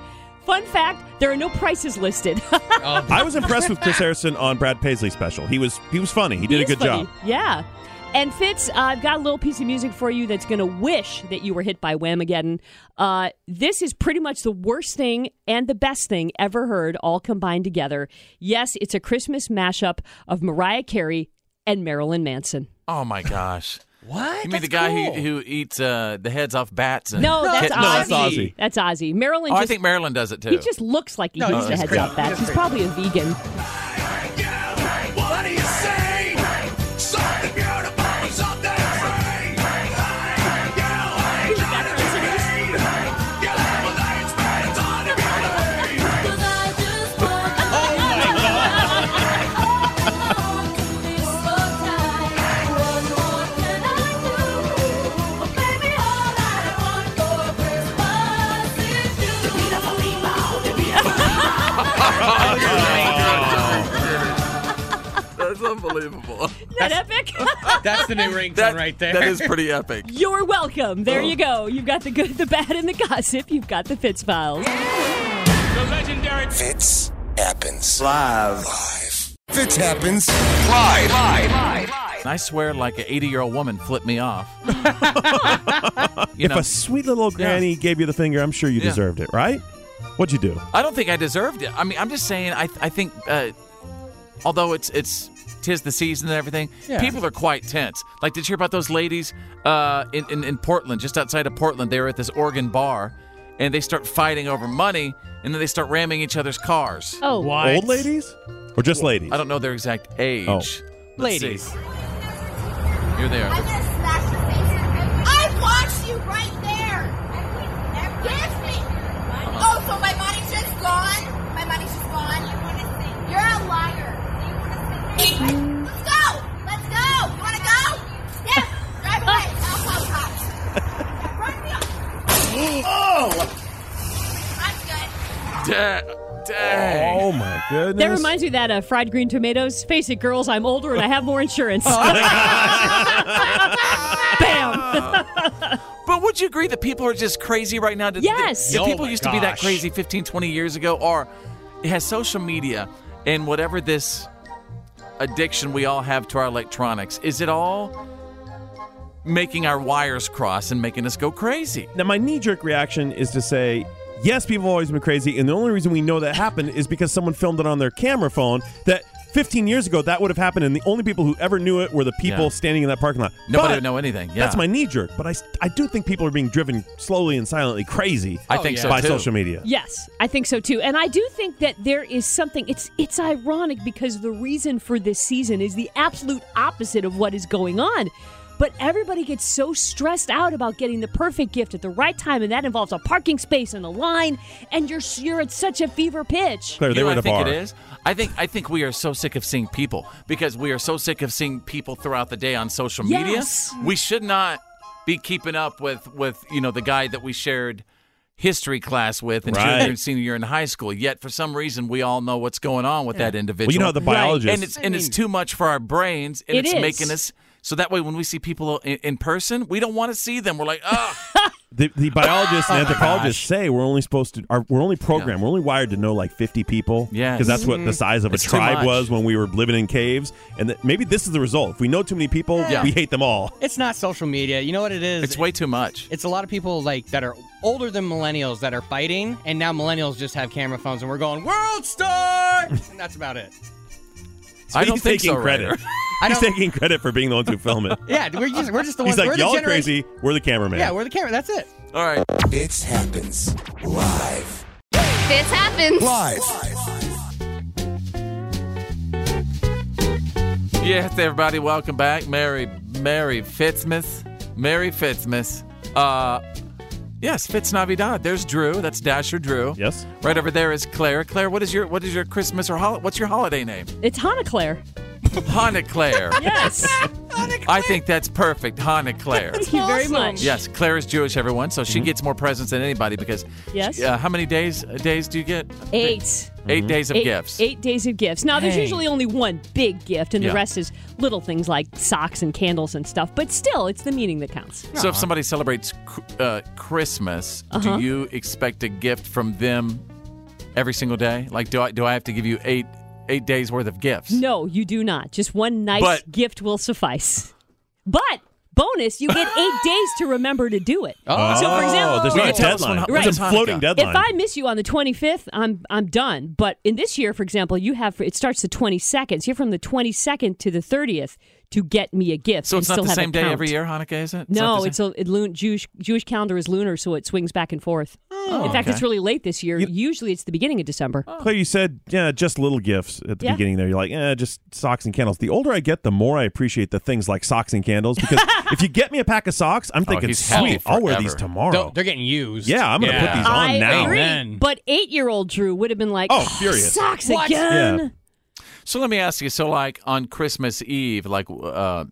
Speaker 11: Fun fact there are no prices listed.
Speaker 10: I was impressed with Chris Harrison on Brad Paisley special. He was he was funny. He did a
Speaker 11: is
Speaker 10: good
Speaker 11: funny.
Speaker 10: job.
Speaker 11: Yeah. And Fitz, uh, I've got a little piece of music for you that's going to wish that you were hit by Whamageddon. Uh, this is pretty much the worst thing and the best thing ever heard, all combined together. Yes, it's a Christmas mashup of Mariah Carey and Marilyn Manson.
Speaker 9: Oh, my gosh.
Speaker 3: What?
Speaker 9: You mean the guy who, who eats uh, the heads off bats? And
Speaker 11: No, that's
Speaker 9: No, that's
Speaker 11: Ozzy. That's Ozzy. Marilyn
Speaker 9: Oh, I
Speaker 11: just,
Speaker 9: think Marilyn does it too.
Speaker 11: he just looks like he
Speaker 9: No,
Speaker 11: needs
Speaker 9: he's just
Speaker 11: to heads
Speaker 9: crazy.
Speaker 11: up that.
Speaker 9: He's
Speaker 11: He's probably a vegan.
Speaker 12: What do you say? Something beautiful, something free.
Speaker 9: Oh. That's unbelievable.
Speaker 11: Not epic.
Speaker 3: That's the new ringtone right there.
Speaker 9: That is pretty epic.
Speaker 11: You're welcome. There
Speaker 9: Oh.
Speaker 11: you go. You've got the good, the bad, and the gossip. You've got the Fitz files.
Speaker 14: The legendary Fitz happens live. Live. Fitz happens live.
Speaker 9: And I swear, like an 80 year old woman flipped me off.
Speaker 10: if a sweet little old granny gave you the finger, I'm sure you
Speaker 9: Yeah.
Speaker 10: deserved it, right? What'd you do?
Speaker 9: I don't think I deserved it. I mean, I'm just saying. I I think, uh, although it's it's tis the season and everything,
Speaker 3: Yeah.
Speaker 9: people are quite tense. Like, did you hear about those ladies uh, in, in in Portland, just outside of Portland? They were at this Oregon bar, and they start fighting over money, and then they start ramming each other's cars.
Speaker 11: Oh,
Speaker 10: Old ladies or just ladies?
Speaker 9: I don't know their exact age,
Speaker 3: Oh. Ladies.
Speaker 9: Here they are.
Speaker 17: I watched you right there. Give me. Oh, so my body's just gone. My body's just gone. You're a liar. Let's go. Let's go. You want to go? Yes. Drive away. I'll call the cops. Run me off.
Speaker 9: Oh.
Speaker 17: I'm good.
Speaker 9: Da- dang.
Speaker 10: Oh my goodness.
Speaker 11: That reminds me of that uh, fried green tomatoes. Face it, girls, I'm older and I have more insurance. Bam.
Speaker 9: But would you agree that people are just crazy right now? Did- did-
Speaker 11: Yes.
Speaker 9: did
Speaker 11: Oh
Speaker 9: people
Speaker 11: my
Speaker 9: used to be that
Speaker 11: gosh.
Speaker 9: crazy 15, 20 years ago? Or has social media and whatever this addiction we all have to our electronics, is it all making our wires cross and making us go crazy?
Speaker 10: Now, my knee jerk reaction is to say, yes, people have always been crazy. And the only reason we know that happened is because someone filmed it on their camera phone that 15 years ago that would have happened. And the only people who ever knew it were the people
Speaker 9: Yeah.
Speaker 10: standing in that parking lot.
Speaker 9: Nobody
Speaker 10: But
Speaker 9: would know anything. Yeah.
Speaker 10: That's my knee jerk. But I, s- I do think people are being driven slowly and silently crazy
Speaker 9: I think so,
Speaker 10: by
Speaker 9: too.
Speaker 10: social media.
Speaker 11: Yes, I think so too. And I do think that there is something it's it's ironic because the reason for this season is the absolute opposite of what is going on. But everybody gets so stressed out about getting the perfect gift at the right time and that involves a parking space and a line and you're you're at such a fever pitch.
Speaker 10: Claire,
Speaker 9: You
Speaker 10: they
Speaker 9: know
Speaker 10: were
Speaker 9: what
Speaker 10: at a
Speaker 9: I think
Speaker 10: bar.
Speaker 9: it is. I think I think we are so sick of seeing people because we are so sick of seeing people throughout the day on social
Speaker 11: Yes.
Speaker 9: media. We should not be keeping up with with you know the guy that we shared history class with in
Speaker 10: Right.
Speaker 9: junior and senior year in high school. Yet for some reason we all know what's going on with that individual.
Speaker 10: Well, you know how the Right. biologists-
Speaker 9: and it's and it's too much for our brains and
Speaker 11: It
Speaker 9: it's
Speaker 11: is.
Speaker 9: making us so that way when we see people in, in person we don't want to see them. We're like oh
Speaker 10: The, the biologists and
Speaker 9: Oh my
Speaker 10: anthropologists say we're only supposed to, are, we're only programmed, we're only wired to know like 50 people.
Speaker 9: Yes.
Speaker 10: Because that's what the
Speaker 9: Mhm.
Speaker 10: size of a
Speaker 9: It's too
Speaker 10: tribe
Speaker 9: much.
Speaker 10: was when we were living in caves. And that maybe this is the result. If we know too many people,
Speaker 3: Yeah.
Speaker 10: we hate them all.
Speaker 3: It's not social media. You know what it is? It's
Speaker 9: way too much.
Speaker 3: It's a lot of people like that are older than millennials that are fighting, and now millennials just have camera phones, and we're going world star, and that's about it.
Speaker 9: I don't
Speaker 10: he's
Speaker 9: think
Speaker 10: taking
Speaker 9: so,
Speaker 10: credit.
Speaker 9: Ryder.
Speaker 3: I
Speaker 10: He's
Speaker 3: don't-
Speaker 10: taking credit for being the ones who film it.
Speaker 3: Yeah, we're just we're just the ones.
Speaker 10: He's like,
Speaker 3: we're
Speaker 10: y'all
Speaker 3: the
Speaker 10: are
Speaker 3: generation-
Speaker 10: crazy. We're the cameraman.
Speaker 3: Yeah, we're the camera. That's it.
Speaker 9: All right.
Speaker 14: Fitz happens live.
Speaker 5: Fitz happens.
Speaker 14: Live.
Speaker 9: Yes, everybody, welcome back. Mary, Mary Fitzmas. Mary Fitzmas. Uh, yes, Fitz Navidad. There's Drew. That's Dasher Drew.
Speaker 10: Yes.
Speaker 9: Right over there is Claire. Claire, what is your what is your Christmas or hol- what's your holiday name?
Speaker 11: It's Hannah Claire.
Speaker 9: Hannah Claire.
Speaker 11: Yes.
Speaker 9: I think that's perfect, Hannah Claire.
Speaker 11: Thank you very much.
Speaker 9: Yes, Claire is Jewish, everyone, so she gets more presents than anybody because.
Speaker 11: Yes.
Speaker 9: Uh, how many days uh, days do you get?
Speaker 11: 8
Speaker 9: Eight days of
Speaker 11: eight,
Speaker 9: gifts.
Speaker 11: Eight days of gifts. Now, there's
Speaker 9: Dang.
Speaker 11: usually only one big gift, and
Speaker 9: Yeah.
Speaker 11: the rest is little things like socks and candles and stuff. But still, it's the meaning that counts.
Speaker 9: So if somebody celebrates cr- uh, Christmas,
Speaker 11: Uh-huh.
Speaker 9: do you expect a gift from them every single day? Like, do I do I have to give you eight eight days worth of gifts?
Speaker 11: No, you do not. Just one nice
Speaker 9: But-
Speaker 11: gift will suffice. But bonus, you get eight days to remember to do it.
Speaker 10: Oh.
Speaker 11: so for example,
Speaker 10: Oh, there's not a Tell us when- deadline.
Speaker 11: Right.
Speaker 10: It's a floating deadline.
Speaker 11: If I miss you on the 25th, I'm I'm done. But in this year, for example, you have it starts the 22nd. So you're from the 22nd to the 30th to get me a gift.
Speaker 9: So
Speaker 11: and
Speaker 9: it's not
Speaker 11: still
Speaker 9: the
Speaker 11: have it
Speaker 9: same day
Speaker 11: count.
Speaker 9: every year, Hanukkah, is it?
Speaker 11: No,
Speaker 9: not the
Speaker 11: it's
Speaker 9: same-
Speaker 11: a it, lun- Jewish Jewish calendar is lunar, so it swings back and forth.
Speaker 9: Oh,
Speaker 11: in fact,
Speaker 10: okay.
Speaker 11: it's really late this year. Usually, it's the beginning of December.
Speaker 10: Claire, you said yeah, just little gifts at the
Speaker 11: Yeah.
Speaker 10: beginning there. You're like, eh, just socks and candles. The older I get, the more I appreciate the things like socks and candles because if you get me a pack of socks, I'm thinking,
Speaker 9: Oh, he's happy
Speaker 10: sweet, I'll wear
Speaker 9: forever.
Speaker 10: these tomorrow.
Speaker 3: They're getting used.
Speaker 10: Yeah, I'm gonna put these on
Speaker 11: I
Speaker 10: now.
Speaker 11: agree. But eight-year-old Drew would have been like,
Speaker 10: Oh, furious.
Speaker 11: socks
Speaker 10: What?
Speaker 11: again."
Speaker 10: Yeah.
Speaker 9: So let me ask you. So like on Christmas Eve, like uh,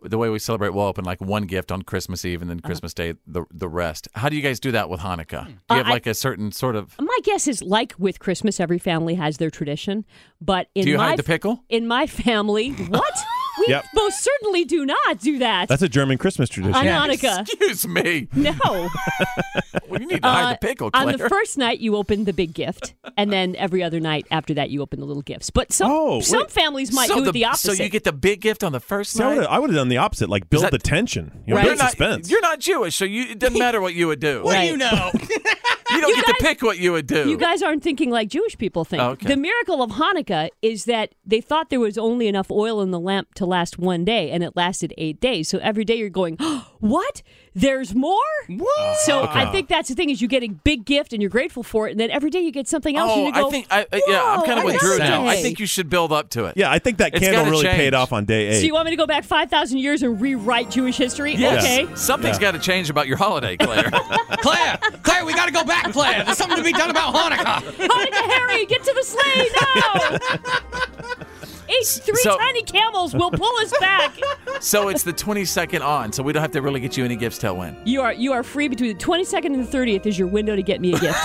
Speaker 9: the way we celebrate, we'll open like one gift on Christmas Eve and
Speaker 11: Uh-huh.
Speaker 9: then Christmas Day the the rest. How do you guys do that with Hanukkah? Do you
Speaker 11: Uh,
Speaker 9: have
Speaker 11: I-
Speaker 9: like a certain sort of?
Speaker 11: My guess is, like with Christmas, every family has their tradition. But in
Speaker 9: Do you
Speaker 11: my
Speaker 9: hide the pickle?
Speaker 11: in my family, what we
Speaker 10: Yep.
Speaker 11: most certainly do not do that.
Speaker 10: That's a German Christmas tradition.
Speaker 11: On Hanukkah.
Speaker 9: Excuse me.
Speaker 11: no.
Speaker 9: Well, you need to
Speaker 11: Uh,
Speaker 9: hide the pickle, Claire.
Speaker 11: on the first night, you open the big gift, and then every other night after that, you open the little gifts. But some some
Speaker 9: Oh, wait.
Speaker 11: families might
Speaker 9: So
Speaker 11: do
Speaker 9: the-
Speaker 11: it the opposite.
Speaker 9: So you get the big gift on the first
Speaker 10: See, I
Speaker 9: night.
Speaker 10: would, have, I would have done the opposite, like build the tension, you know,
Speaker 9: Right.
Speaker 10: build
Speaker 9: You're not-
Speaker 10: suspense.
Speaker 9: You're not Jewish, so you, it doesn't matter what you would do.
Speaker 11: What do you Right.
Speaker 3: know?
Speaker 9: you don't get to pick what you would do.
Speaker 11: You guys aren't thinking like Jewish people think.
Speaker 9: Oh, okay.
Speaker 11: The miracle of Hanukkah is that they thought there was only enough oil in the lamp to last one day, and it lasted eight days. So every day you're going, what? There's more?
Speaker 3: What?
Speaker 11: So
Speaker 9: Okay.
Speaker 11: I think that's the thing is you get a big gift and you're grateful for it, and then every day you get something else. and
Speaker 9: Oh,
Speaker 11: you go,
Speaker 9: I think I, I- yeah, I'm
Speaker 11: "Whoa,
Speaker 9: kind of
Speaker 11: I
Speaker 9: with
Speaker 11: got
Speaker 9: Drew now. I
Speaker 11: it."
Speaker 9: think you should build up to it.
Speaker 10: Yeah, I think that
Speaker 9: It's
Speaker 10: candle
Speaker 9: gotta
Speaker 10: really
Speaker 9: change.
Speaker 10: paid off on day eight.
Speaker 11: So you want me to go back 5,000 years and rewrite Jewish history?
Speaker 9: Yes.
Speaker 11: Okay.
Speaker 9: Something's got to change about your holiday, Claire.
Speaker 3: Claire, Claire, we got to go back, Claire. There's something to be done about Hanukkah.
Speaker 11: Hanukkah Harry, get to the sleigh now! Each three
Speaker 9: So-
Speaker 11: tiny camels will pull us back.
Speaker 9: so it's the 22nd on, so we don't have to really get you any gifts till when?
Speaker 11: You are you are free between the 22nd and the 30th is your window to get me a gift.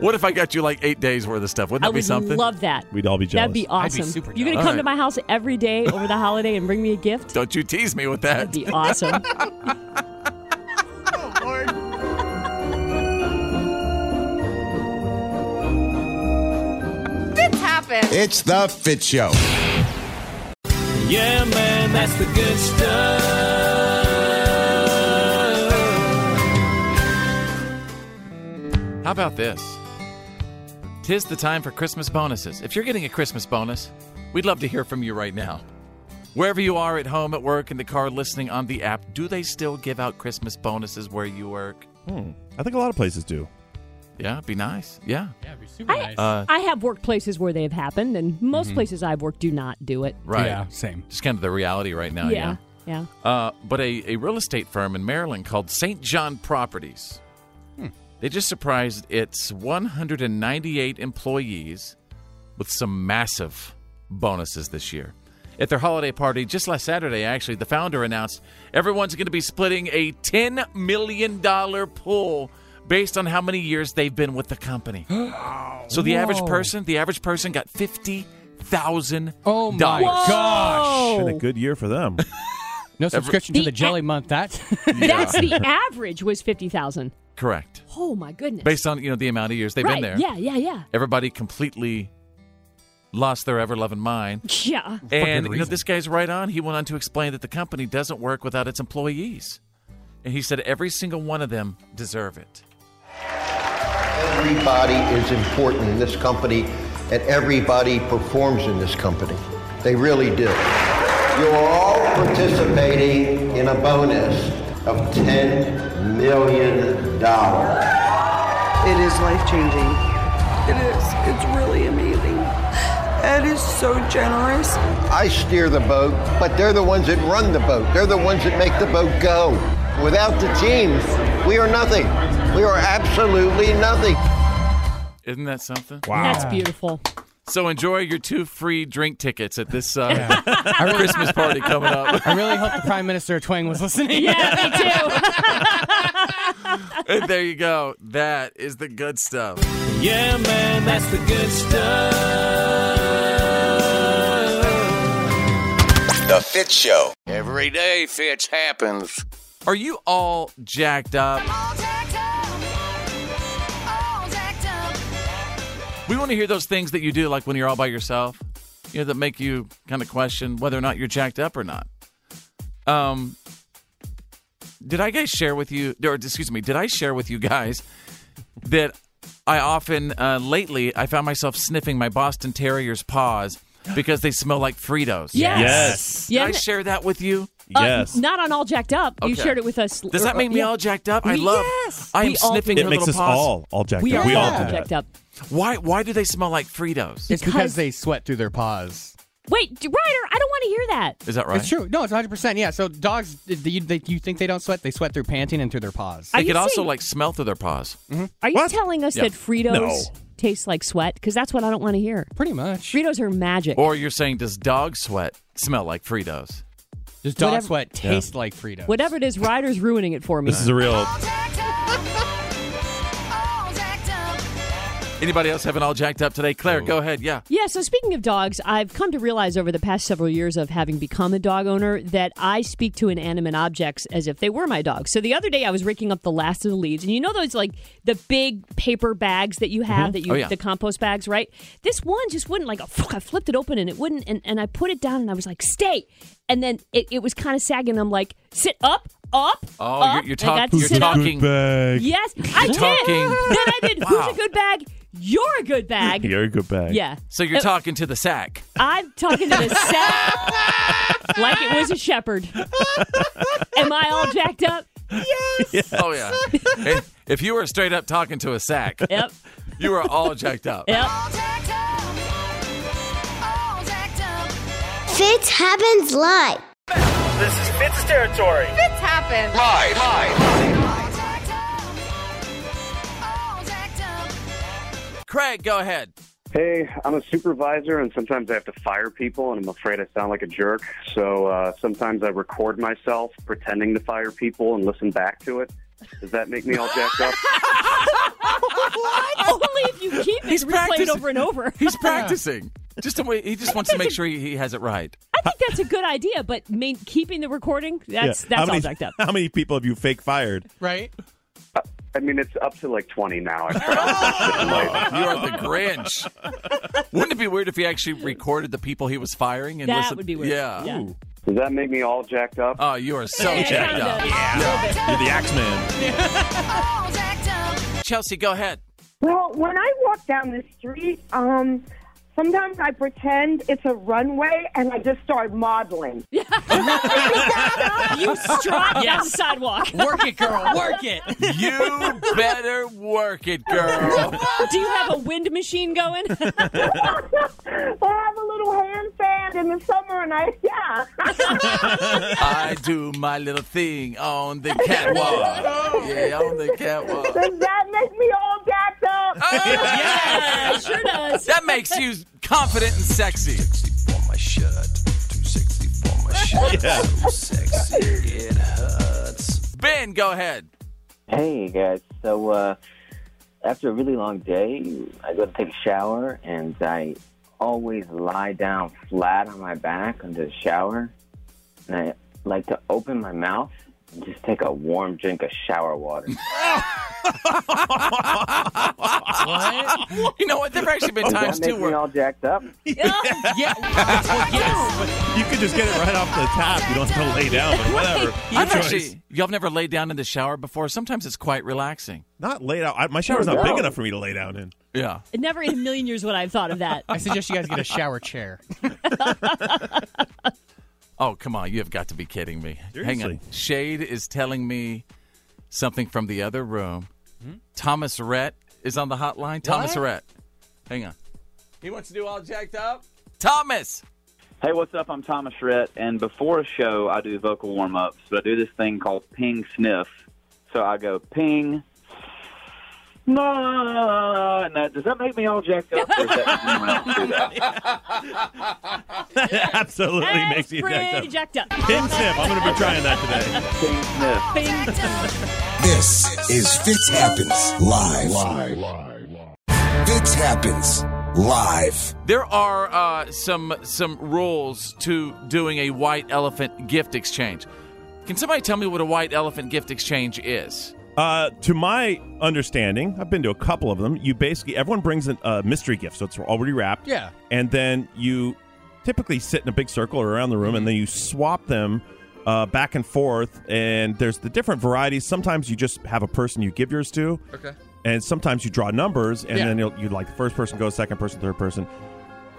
Speaker 9: What if I got you like eight days worth of stuff? Wouldn't
Speaker 11: I
Speaker 9: that be
Speaker 11: would
Speaker 9: something?
Speaker 11: love that.
Speaker 10: We'd all be
Speaker 11: That'd be awesome. You're gonna come to my house every day over the holiday and bring me a gift.
Speaker 9: Don't you tease me with that.
Speaker 11: That'd be awesome.
Speaker 4: Fits happen.
Speaker 14: It's the Fit Show.
Speaker 13: Yeah, man, that's the good stuff.
Speaker 9: How about this? Tis the time for Christmas bonuses. If you're getting a Christmas bonus, we'd love to hear from you right now. Wherever you are at home, at work, in the car, listening on the app, do they still give out Christmas bonuses where you work?
Speaker 10: Hmm. I think a lot of places do.
Speaker 9: Yeah, it'd be nice. Yeah.
Speaker 3: Yeah, it'd be super
Speaker 11: I,
Speaker 9: Uh,
Speaker 11: I have workplaces where they have happened, and most
Speaker 9: Mhm.
Speaker 11: places I've worked do not do it.
Speaker 9: Right.
Speaker 3: Yeah, same.
Speaker 9: Just kind of the reality right now. Oh, Yeah.
Speaker 11: yeah. yeah.
Speaker 9: Uh, but a, a real estate firm in Maryland called St. John Properties.
Speaker 3: Hmm.
Speaker 9: They just surprised its 198 employees with some massive bonuses this year. At their holiday party just last Saturday, actually, the founder announced everyone's going to be splitting a $10 million pool based on how many years they've been with the company. so the average
Speaker 3: Whoa.
Speaker 9: person, the average person got $50,000.
Speaker 3: Oh my gosh.
Speaker 11: Oh.
Speaker 10: Been a good year for
Speaker 11: Uh,
Speaker 10: them.
Speaker 3: No subscription to the e- Jelly Month. That
Speaker 11: That's the average was fifty thousand.
Speaker 9: Correct.
Speaker 11: Oh my goodness!
Speaker 9: Based on, you know, the amount of years they've
Speaker 11: right.
Speaker 9: been there.
Speaker 11: Yeah, yeah, yeah,
Speaker 9: Everybody completely lost their ever loving mind.
Speaker 11: yeah.
Speaker 9: And you know, this guy's right on. He went on to explain that the company doesn't work without its employees. And he said every single one of them deserve it.
Speaker 18: Everybody is important in this company, and everybody performs in this company. They really do. You're all participating in a bonus of $10 million.
Speaker 19: It is life changing. It is. It's really amazing. Ed is so generous.
Speaker 18: I steer the boat, but they're the ones that run the boat. They're the ones that make the boat go. Without the teams, we are nothing. We are absolutely nothing.
Speaker 9: Isn't that something?
Speaker 11: Wow. That's beautiful.
Speaker 9: So enjoy your two free drink tickets at this uh,
Speaker 3: I really-
Speaker 9: Christmas party coming up.
Speaker 3: I really hope the Prime Minister of Twang was listening.
Speaker 11: Yeah, me too.
Speaker 9: And there you go. That is the good stuff.
Speaker 13: Yeah, man, that's the good stuff.
Speaker 14: The Fit Show.
Speaker 20: Every day, Fitz happens.
Speaker 9: Are you all jacked up? We want to hear those things that you do, like when you're all by yourself, you know, that make you kind of question whether or not you're jacked up or not. Um, did I guys share with you, or excuse me, did I share with you guys that I often, uh, lately, I found myself sniffing my Boston Terrier's paws because they smell like Fritos.
Speaker 10: Yes.
Speaker 11: Yes.
Speaker 9: Did I share that with you?
Speaker 11: Uh, not on all jacked up. You
Speaker 9: Okay.
Speaker 11: shared it with us.
Speaker 9: Does that make me all jacked up? I
Speaker 11: Uh, We-
Speaker 9: love.
Speaker 11: Yes.
Speaker 9: I am
Speaker 11: We all
Speaker 9: sniffing.
Speaker 11: do.
Speaker 9: her
Speaker 10: It makes
Speaker 9: little
Speaker 10: us
Speaker 9: paws.
Speaker 10: all- all jacked
Speaker 11: We up. are We all all do that. jacked up.
Speaker 9: Why? Why do they smell like Fritos?
Speaker 3: It's because they sweat through their paws.
Speaker 11: Wait, D- Ryder, I don't want to hear that.
Speaker 9: Is that right?
Speaker 3: It's true. No, it's 100. percent Yeah. So dogs, th- you, they, you think they don't sweat? They sweat through panting and through their paws.
Speaker 9: They could also like smell through their paws.
Speaker 11: Are you telling us
Speaker 9: Yeah.
Speaker 11: that Fritos
Speaker 9: No.
Speaker 11: taste like sweat? Because that's what I don't want to hear.
Speaker 3: Pretty much.
Speaker 11: Fritos are magic.
Speaker 9: Or you're saying, does dog sweat smell like Fritos?
Speaker 3: Does
Speaker 11: dog
Speaker 3: Whatever- sweat taste like Fritos?
Speaker 11: Whatever it is, Ryder's ruining it for me.
Speaker 9: This is a real- Anybody else having all jacked up today? Claire, go ahead. Yeah.
Speaker 11: Yeah, so speaking of dogs, I've come to realize over the past several years of having become a dog owner that I speak to inanimate objects as if they were my dogs. So the other day I was raking up the last of the leaves, and you know those like the big paper bags that you
Speaker 9: Mm-hmm.
Speaker 11: have
Speaker 21: Mhm.
Speaker 11: that you
Speaker 21: Oh, yeah.
Speaker 11: the compost bags, right? This one just wouldn't like fuck, I flipped it open and it wouldn't and, and I put it down and I was like, stay. And then it, it was kind of sagging. I'm like, sit up. up.
Speaker 9: Oh, you're,
Speaker 11: up.
Speaker 9: you're,
Speaker 11: I
Speaker 9: talk-
Speaker 11: got
Speaker 9: you're
Speaker 11: sit up.
Speaker 9: talking.
Speaker 11: Yes, I
Speaker 9: You're
Speaker 11: did.
Speaker 9: talking.
Speaker 11: Then I did.
Speaker 9: Wow.
Speaker 11: Who's a good bag? You're a good bag.
Speaker 10: a good bag.
Speaker 11: Yeah.
Speaker 9: So you're
Speaker 11: Uh,
Speaker 9: talking to the sack.
Speaker 11: I'm talking to the sack like it was a shepherd. Am I all jacked up?
Speaker 9: Oh yeah. if, if you were straight up talking to a sack,
Speaker 11: yep.
Speaker 9: you were all jacked up.
Speaker 11: Yep.
Speaker 2: Fitz happens live.
Speaker 21: This is Fitz's territory.
Speaker 4: Fitz happens.
Speaker 21: Live.
Speaker 9: Craig, go ahead.
Speaker 22: Hey, I'm a supervisor, and sometimes I have to fire people, and I'm afraid I sound like a jerk. So uh, sometimes I record myself pretending to fire people and listen back to it. Does that make me all jacked up?
Speaker 11: Only if you keep it
Speaker 9: He's
Speaker 11: replayed
Speaker 9: practicing.
Speaker 11: over and over.
Speaker 9: He's practicing. Just to wait, he just wants to make
Speaker 11: that's a-
Speaker 9: sure he he has it right.
Speaker 11: I think that's a good idea, but main, keeping the recording, that's
Speaker 10: Yeah.
Speaker 11: that's
Speaker 10: How
Speaker 11: all
Speaker 10: many-
Speaker 11: jacked up.
Speaker 10: How many people have you fake fired?
Speaker 11: Right?
Speaker 22: I mean, it's up to like 20 now.
Speaker 9: You are the Grinch. Wouldn't it be weird if he actually recorded the people he was firing and
Speaker 22: That
Speaker 9: listened?
Speaker 22: would be weird.
Speaker 9: Yeah.
Speaker 22: Yeah. Ooh. Does that make me all jacked up?
Speaker 9: Oh, you are so
Speaker 22: Yeah,
Speaker 9: jacked
Speaker 22: kinda.
Speaker 9: up.
Speaker 10: You're the Axeman.
Speaker 9: Chelsea, go ahead.
Speaker 23: Well, when I walk down the street, um, sometimes I pretend it's a runway and I just start modeling.
Speaker 11: You strut down the sidewalk.
Speaker 23: Work it, girl, work
Speaker 11: it.
Speaker 9: You better work it, girl.
Speaker 11: Do you have a wind machine going?
Speaker 23: I have a little hand fan in the summer and I, yeah.
Speaker 9: I do my little thing on the catwalk. Yeah, on the catwalk.
Speaker 23: Does that make me all jacked up?
Speaker 9: yeah,
Speaker 23: sure does.
Speaker 9: That makes you confident and sexy. for my shirt. for my
Speaker 22: shirt. Yeah. So
Speaker 9: sexy it hurts. Ben, go ahead.
Speaker 24: Hey guys, so uh, after a really long day, I go to take a shower and I always lie down flat on my back under the shower, and I like to open my mouth and just take a warm drink of shower water.
Speaker 9: What? you know what? There've actually been
Speaker 24: Does
Speaker 9: times
Speaker 24: that
Speaker 9: too
Speaker 24: make
Speaker 9: where
Speaker 24: me all jacked up.
Speaker 9: yeah,
Speaker 10: You could just get it right off the top. You don't have to lay down, but whatever. Your
Speaker 9: I've
Speaker 10: choice.
Speaker 9: actually, y'all have never laid down in the shower before. Sometimes it's quite relaxing.
Speaker 10: Not laid out. I, my shower's not big enough for me to lay down in.
Speaker 9: Yeah.
Speaker 11: Never in a million years would I have thought of that.
Speaker 3: I suggest you guys get a shower chair.
Speaker 9: Oh, come on. You have got to be kidding me. Hang on.
Speaker 10: Seriously.
Speaker 9: Shade is telling me something from the other room. Thomas Rhett is on the hotline. Thomas
Speaker 25: What?
Speaker 9: Rhett. Hang on. He wants to do all jacked up. Thomas.
Speaker 25: Hey, what's up? I'm Thomas Rhett, and before a show, I do vocal warm ups, but I do this thing called ping sniff. So I go ping. No, and that, does that make me all jacked up? Or is that anyone else do that?
Speaker 10: That absolutely makes you
Speaker 11: Pretty
Speaker 10: jacked up.
Speaker 11: jacked up.
Speaker 10: Pin snip. I'm going to be trying that today.
Speaker 25: Pin snip.
Speaker 14: This is Fitz Happens Live. Fitz Happens Live.
Speaker 9: There are uh, some some rules to doing a white elephant gift exchange. Can somebody tell me what a white elephant gift exchange is?
Speaker 10: Uh, to my understanding, I've been to a couple of them. You basically everyone brings an- a mystery gift, so it's already wrapped.
Speaker 3: Yeah.
Speaker 10: and then you typically sit in a big circle or around the room, and then you swap them uh, back and forth. And there's the different varieties. Sometimes you just have a person you give yours to.
Speaker 9: Okay.
Speaker 10: And sometimes you draw numbers, and
Speaker 9: Yeah.
Speaker 10: then you'll, you like the first person goes, second person, third person,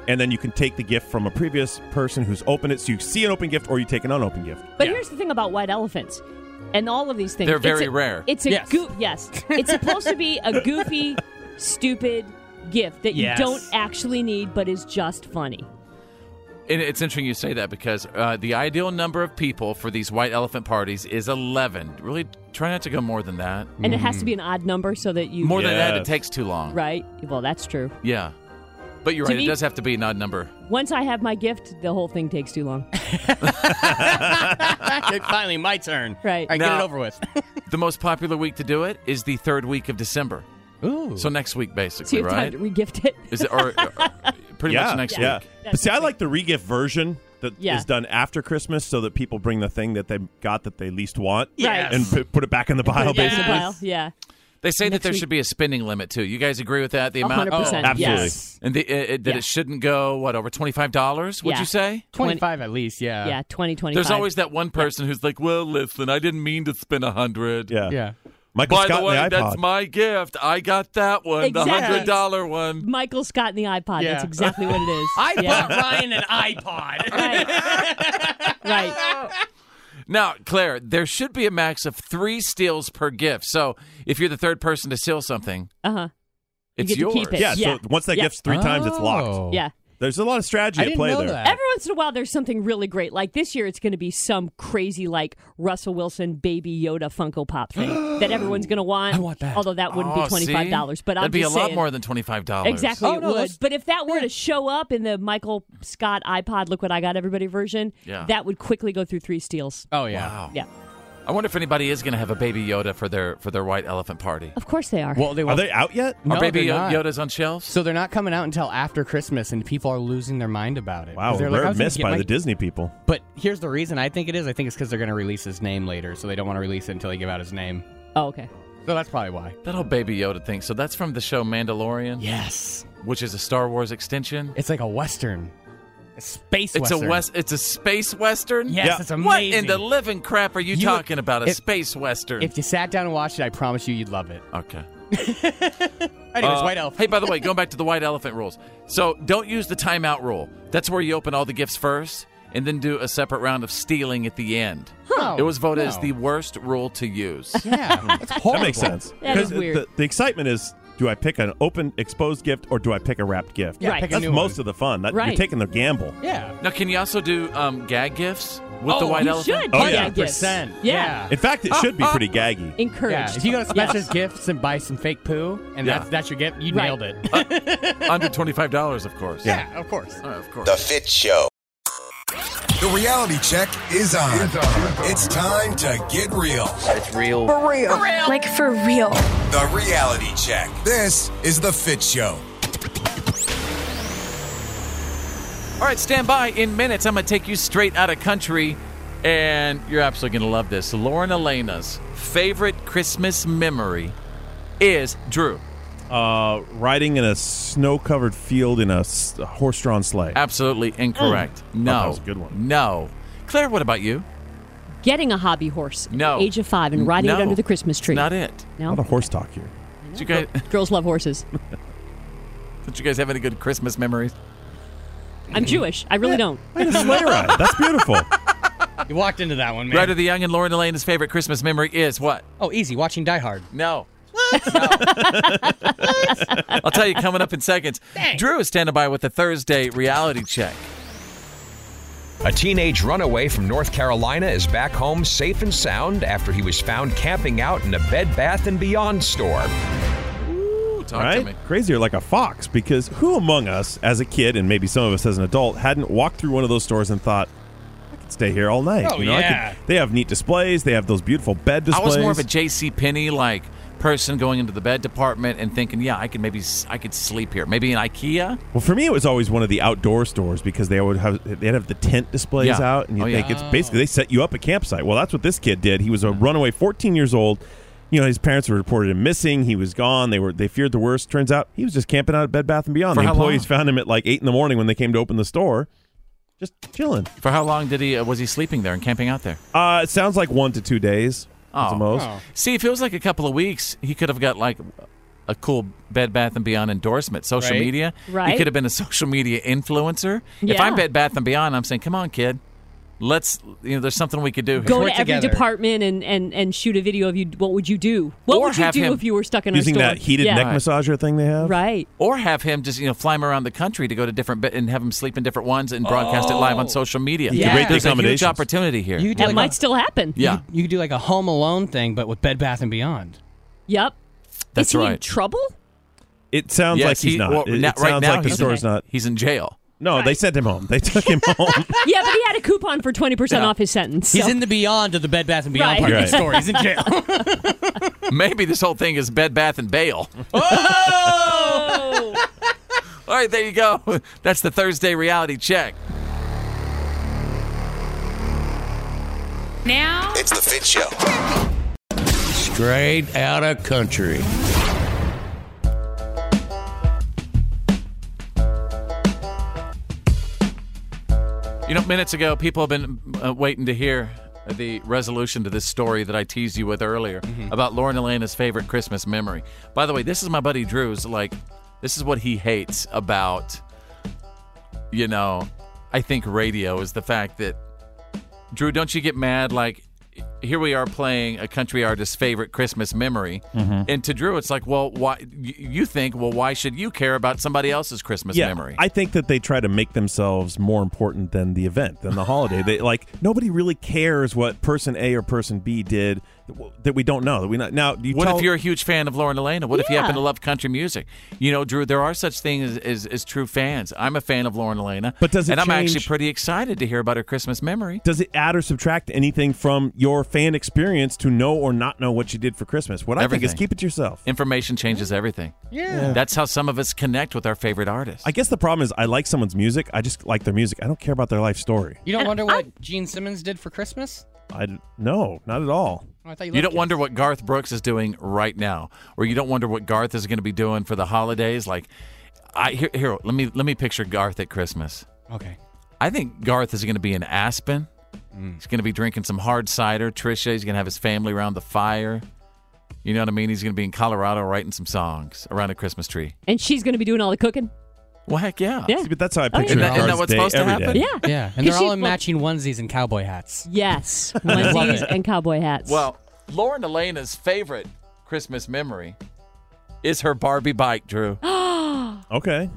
Speaker 10: and then you can take the gift from a previous person who's opened it. So you see an open gift, or you take an unopened gift.
Speaker 11: But here's the thing about white elephants and all of these things.
Speaker 10: They're
Speaker 11: It's
Speaker 10: very
Speaker 11: a-
Speaker 10: rare.
Speaker 11: It's a
Speaker 10: Yes.
Speaker 11: goo yes. It's supposed to be a goofy, stupid gift that
Speaker 9: Yes.
Speaker 11: you don't actually need but is just funny.
Speaker 9: And it's interesting you say that because uh, the ideal number of people for these white elephant parties is 11. Really try not to go more than that.
Speaker 11: And it has to be an odd number so that you
Speaker 9: More than that, it takes too long.
Speaker 11: Right? Well, that's true.
Speaker 9: Yeah. But you're
Speaker 11: To
Speaker 9: right, it
Speaker 11: me-
Speaker 9: does have to be an odd number.
Speaker 11: Once I have my gift, the whole thing takes too long.
Speaker 3: it finally my turn.
Speaker 11: Right.
Speaker 3: All right, get
Speaker 9: Now-
Speaker 3: it over with.
Speaker 9: the most popular week to do it is the third week of December. Ooh. So next week,
Speaker 11: So
Speaker 9: basically,
Speaker 11: you have
Speaker 9: right?
Speaker 11: time to regift it.
Speaker 9: Is it or, or- pretty
Speaker 10: yeah,
Speaker 9: much next
Speaker 10: yeah.
Speaker 9: week?
Speaker 10: But see, I like the regift version that is
Speaker 11: Yeah.
Speaker 10: done after Christmas, so that people bring the thing that they got that they least want,
Speaker 11: Yes.
Speaker 10: and p- put it back in the pile.
Speaker 11: Put it in the
Speaker 10: Basically,
Speaker 11: pile, Yeah.
Speaker 9: They They say that
Speaker 11: Next
Speaker 9: there
Speaker 11: week-
Speaker 9: should be a spending limit too. You guys agree with that? The
Speaker 11: A
Speaker 9: amount,
Speaker 11: hundred percent,
Speaker 9: oh,
Speaker 11: Absolutely. yes.
Speaker 9: and the, uh, uh, that
Speaker 11: Yeah.
Speaker 9: it shouldn't go what over twenty five dollars. Would
Speaker 11: Yeah.
Speaker 9: you say
Speaker 11: 25
Speaker 3: at least? Yeah.
Speaker 11: yeah, twenty twenty.
Speaker 9: There's always that one person who's like, "Well, listen, I didn't mean to spend a hundred.
Speaker 10: Yeah,
Speaker 3: yeah.
Speaker 10: Michael
Speaker 9: By
Speaker 10: Scott
Speaker 9: the
Speaker 10: and the
Speaker 9: way,
Speaker 10: iPod.
Speaker 9: that's my gift. I got that one, the
Speaker 11: Exactly.
Speaker 9: hundred dollar one.
Speaker 11: Michael Scott and the iPod.
Speaker 9: Yeah.
Speaker 11: That's exactly what it is.
Speaker 3: I
Speaker 11: yeah.
Speaker 3: bought Ryan an iPod.
Speaker 11: right.
Speaker 9: Now, Claire, there should be a max of three steals per gift. So if you're the third person to steal something,
Speaker 11: Uh huh.
Speaker 9: it's
Speaker 11: get to
Speaker 9: yours.
Speaker 11: keep it.
Speaker 10: Yeah, so once that
Speaker 11: Yeah.
Speaker 10: gift's three times, it's
Speaker 3: Oh.
Speaker 10: locked.
Speaker 11: Yeah.
Speaker 10: There's a lot of strategy
Speaker 3: I
Speaker 10: at
Speaker 3: didn't
Speaker 10: play
Speaker 3: know
Speaker 10: there.
Speaker 3: that.
Speaker 11: Every once in a while, there's something really great. Like this year, it's going to be some crazy, like Russell Wilson baby Yoda Funko Pop thing that everyone's going to want. I want that. Although that wouldn't
Speaker 9: Oh,
Speaker 11: be twenty five dollars,
Speaker 9: see?
Speaker 11: but I'm
Speaker 9: that'd be a
Speaker 11: just
Speaker 9: lot
Speaker 11: saying-
Speaker 9: more than Oh, twenty five dollars.
Speaker 11: Exactly, it would. But if that were to show up in the Michael Scott iPod "Look What I Got Everybody" version,
Speaker 9: Yeah.
Speaker 11: that would quickly go through three steals.
Speaker 3: Oh yeah.
Speaker 11: Yeah,
Speaker 9: I wonder if anybody is going to have a baby Yoda for their for their white elephant party.
Speaker 11: of course they are.
Speaker 3: Well, they
Speaker 9: Are they out
Speaker 10: yet?
Speaker 9: Are
Speaker 3: No,
Speaker 9: Baby
Speaker 3: they're
Speaker 9: Yo-
Speaker 3: not.
Speaker 9: Yodas on shelves?
Speaker 3: So they're not coming out until after Christmas, and people are losing their mind about it.
Speaker 10: Wow,
Speaker 3: 'Cause they're like,
Speaker 10: we're
Speaker 3: "I was gonna
Speaker 10: missed
Speaker 3: get
Speaker 10: by
Speaker 3: my-"
Speaker 10: the Disney people.
Speaker 3: But here's the reason I think it is. I think it's because they're going to release his name later, so they don't want to release it until they give out his name.
Speaker 11: Oh, okay.
Speaker 3: So that's probably why.
Speaker 9: That whole Baby Yoda thing. So that's from the show Mandalorian.
Speaker 3: Yes.
Speaker 9: Which is a Star Wars extension.
Speaker 3: It's like a western, a space.
Speaker 9: It's
Speaker 3: western.
Speaker 9: a west. It's a space western.
Speaker 3: Yes, Yeah. it's
Speaker 9: What
Speaker 3: amazing.
Speaker 9: in the living crap are you,
Speaker 3: You-
Speaker 9: talking about? A
Speaker 3: if-
Speaker 9: space western.
Speaker 3: If you sat down and watched it, I promise you, you'd love it.
Speaker 9: Okay.
Speaker 3: Anyways,
Speaker 9: Uh,
Speaker 3: White Elf.
Speaker 9: Hey, by the way, going back to the white elephant rules. So don't use the timeout rule. That's where you open all the gifts first and then do a separate round of stealing at the end.
Speaker 10: Huh.
Speaker 9: It was voted as
Speaker 10: No.
Speaker 9: the worst rule to use.
Speaker 10: That makes sense.
Speaker 11: That is
Speaker 10: 'Cause
Speaker 11: weird.
Speaker 10: The, the excitement is: do I pick an open exposed gift or do I pick a wrapped gift?
Speaker 11: Yeah, Right. pick a
Speaker 10: That's
Speaker 11: new
Speaker 10: most of the fun. That,
Speaker 11: Right.
Speaker 10: You're taking the gamble.
Speaker 3: Yeah.
Speaker 9: Now, can you also do um, gag gifts with the
Speaker 3: Oh,
Speaker 9: white
Speaker 3: you
Speaker 9: elephant?
Speaker 3: should do Oh, yeah. gag gifts. 100%. Yeah. Yeah.
Speaker 10: In fact, it should be
Speaker 11: Uh,
Speaker 10: pretty gaggy.
Speaker 11: Encouraged.
Speaker 3: Yeah, if you go to
Speaker 11: Yes.
Speaker 3: Spencer's Gifts and buy some fake poo, and that's that's your gift, you
Speaker 11: Right.
Speaker 3: nailed it.
Speaker 9: Under twenty-five dollars, of course.
Speaker 3: Yeah, of course.
Speaker 9: of course.
Speaker 14: The Fit Show. The reality check is on. It's, time to get real. It's real.
Speaker 1: For real. Like for real.
Speaker 14: The reality check. This is The Fit Show.
Speaker 9: All right, stand by. In minutes, I'm going to take you straight out of country, and you're absolutely going to love this. Lauren Elena's favorite Christmas memory is Drew.
Speaker 10: Uh, riding in a snow-covered field in a, s- a horse-drawn sleigh.
Speaker 9: Absolutely incorrect.
Speaker 10: Mm.
Speaker 9: No,
Speaker 10: Oh, that was a good one.
Speaker 9: No, Claire. What about you?
Speaker 11: Getting a hobby horse.
Speaker 9: No.
Speaker 11: At the age of five and riding
Speaker 9: No.
Speaker 11: it under the Christmas tree.
Speaker 9: Not it.
Speaker 10: A
Speaker 11: No.
Speaker 10: lot of horse talk here.
Speaker 9: Did you guys?
Speaker 11: Girls love horses.
Speaker 9: Did you guys have any good Christmas memories?
Speaker 11: I'm Jewish. I really don't.
Speaker 10: That's beautiful.
Speaker 3: you walked into that one, man.
Speaker 9: Ryder the Young and Lauren Elena's favorite Christmas memory is what?
Speaker 3: Oh, easy. Watching Die Hard.
Speaker 9: No. no. I'll tell you coming up in seconds. Drew is standing by with the Thursday reality check.
Speaker 16: A teenage runaway from North Carolina is back home safe and sound after he was found camping out in a Bed Bath and Beyond store.
Speaker 10: right? Crazier like a fox because who among us as a kid and maybe some of us as an adult hadn't walked through one of those stores and thought, I could stay here all night.
Speaker 9: Oh,
Speaker 10: you know, I could-
Speaker 9: yeah.
Speaker 10: they have neat displays. They have those beautiful bed displays.
Speaker 9: I was more of a J.C. Penney like person going into the bed department and thinking, yeah, I could maybe s- I could sleep here, maybe in IKEA.
Speaker 10: well, for me, it was always one of the outdoor stores because they would have they'd have the tent displays
Speaker 9: Yeah.
Speaker 10: out, and you
Speaker 9: Oh, yeah.
Speaker 10: think it's basically they set you up a campsite. Well, that's what this kid did. He was a runaway, 14 years old. You know, his parents were reported him missing. He was gone. They were they feared the worst. Turns out he was just camping out at Bed Bath and Beyond.
Speaker 9: For
Speaker 10: the
Speaker 9: how
Speaker 10: employees found him at like eight in the morning when they came to open the store, just chilling.
Speaker 9: For how long did he uh, was he sleeping there and camping out there?
Speaker 10: Uh, it sounds like one to two days
Speaker 9: Oh.
Speaker 10: at the most.
Speaker 9: See, if it was like a couple of weeks, he could have got like a cool Bed Bath and Beyond endorsement, social
Speaker 10: Right.
Speaker 9: media. He
Speaker 11: Right.
Speaker 9: could have been a social media influencer. If
Speaker 11: Yeah.
Speaker 9: I'm Bed Bath and Beyond, I'm saying, come on, kid, let's. You know, there's something we could do. Here.
Speaker 11: Go to every department and, and, and shoot a video of you. What would you do? What
Speaker 9: Or
Speaker 11: would you
Speaker 9: have
Speaker 11: do
Speaker 9: him-
Speaker 11: if you were stuck in
Speaker 10: Using
Speaker 11: our store?
Speaker 10: that heated
Speaker 11: Yeah.
Speaker 10: neck massager thing they have.
Speaker 11: Right.
Speaker 9: Or have him just you know fly him around the country to go to different be- and have him sleep in different ones and broadcast it live on social media.
Speaker 3: You could Oh. Yeah. rate the
Speaker 9: There's a huge
Speaker 3: accommodations.
Speaker 9: opportunity here.
Speaker 3: You could do
Speaker 11: That
Speaker 3: like
Speaker 11: might
Speaker 3: a-
Speaker 11: still happen.
Speaker 9: Yeah.
Speaker 3: You could do like a Home Alone thing, but with Bed Bath and Beyond.
Speaker 11: Yep.
Speaker 9: That's
Speaker 11: Is he in
Speaker 9: right.
Speaker 11: trouble?
Speaker 10: It sounds
Speaker 9: Yes,
Speaker 10: like he's
Speaker 9: he-
Speaker 10: not.
Speaker 9: well,
Speaker 10: it, it
Speaker 9: na- right
Speaker 10: sounds
Speaker 9: now
Speaker 10: like the
Speaker 9: he's-
Speaker 10: store's
Speaker 9: Okay.
Speaker 10: not.
Speaker 9: He's in jail.
Speaker 10: No, they sent him home. They took him home.
Speaker 11: yeah, but he had a coupon for 20% off his sentence.
Speaker 3: He's
Speaker 11: so-
Speaker 3: in the Beyond of the Bed Bath and Beyond part
Speaker 11: Right.
Speaker 3: of the
Speaker 11: Right.
Speaker 3: story. He's in jail.
Speaker 9: Maybe this whole thing is Bed Bath and Bail. All right, there you go. That's the Thursday reality check.
Speaker 4: Now
Speaker 14: It's The Fit Show.
Speaker 6: Straight out of country.
Speaker 9: You know, minutes ago, people have been uh, waiting to hear the resolution to this story that I teased you with earlier about Lauren Elena's favorite Christmas memory. By the way, this is my buddy Drew's. Like, this is what he hates about, you know, I think radio is the fact that, Drew, don't you get mad? Like, here we are playing a country artist's favorite Christmas memory.
Speaker 10: Mhm.
Speaker 9: And to Drew, it's like, well, why? You you think, well, why should you care about somebody else's Christmas
Speaker 10: yeah,
Speaker 9: memory?
Speaker 10: I think that they try to make themselves more important than the event, than the holiday. They like nobody really cares what person A or person B did that we don't know. That we not now. You
Speaker 9: what
Speaker 10: tell,
Speaker 9: if you're a huge fan of Lauren Elena? What if you
Speaker 10: Yeah.
Speaker 9: happen to love country music? You know, Drew, there are such things as, as, as true fans. I'm a fan of Lauren Elena,
Speaker 10: But does it
Speaker 9: and I'm actually
Speaker 10: change-
Speaker 9: pretty excited to hear about her Christmas memory.
Speaker 10: Does it add or subtract anything from your fan experience to know or not know what you did for Christmas? What I think is
Speaker 9: Everything.
Speaker 10: keep it yourself.
Speaker 9: Information changes everything.
Speaker 10: Yeah. Yeah.
Speaker 9: that's how some of us connect with our favorite artists.
Speaker 10: I guess the problem is I like someone's music. I just like their music. I don't care about their life story.
Speaker 3: You don't wonder what Gene Simmons did for Christmas?
Speaker 10: I d- no, not at all.
Speaker 3: Oh, I thought you
Speaker 9: You
Speaker 3: loved
Speaker 9: don't wonder what Garth Brooks is doing right now, or you don't wonder what Garth is going to be doing for the holidays. Like, I here, here let me let me picture Garth at Christmas.
Speaker 3: Okay.
Speaker 9: I think Garth is going to be in Aspen. He's going to be drinking some hard cider. Trisha, he's going to have his family around the fire. You know what I mean? He's going to be in Colorado writing some songs around a Christmas tree.
Speaker 11: And she's going to be doing all the cooking.
Speaker 9: Well, heck yeah.
Speaker 11: Yeah.
Speaker 10: See, but that's how I
Speaker 9: Oh, yeah.
Speaker 10: picture
Speaker 9: Isn't that-
Speaker 10: it.
Speaker 9: isn't that what's supposed to happen?
Speaker 11: Yeah.
Speaker 3: Yeah, and
Speaker 11: 'Cause
Speaker 3: they're all
Speaker 11: she-
Speaker 3: in
Speaker 11: well-
Speaker 3: matching onesies and cowboy hats.
Speaker 11: Yes.
Speaker 3: I love
Speaker 11: Onesies
Speaker 3: it.
Speaker 11: and cowboy hats.
Speaker 9: Well, Lauren Elena's favorite Christmas memory is her Barbie bike, Drew.
Speaker 10: Okay.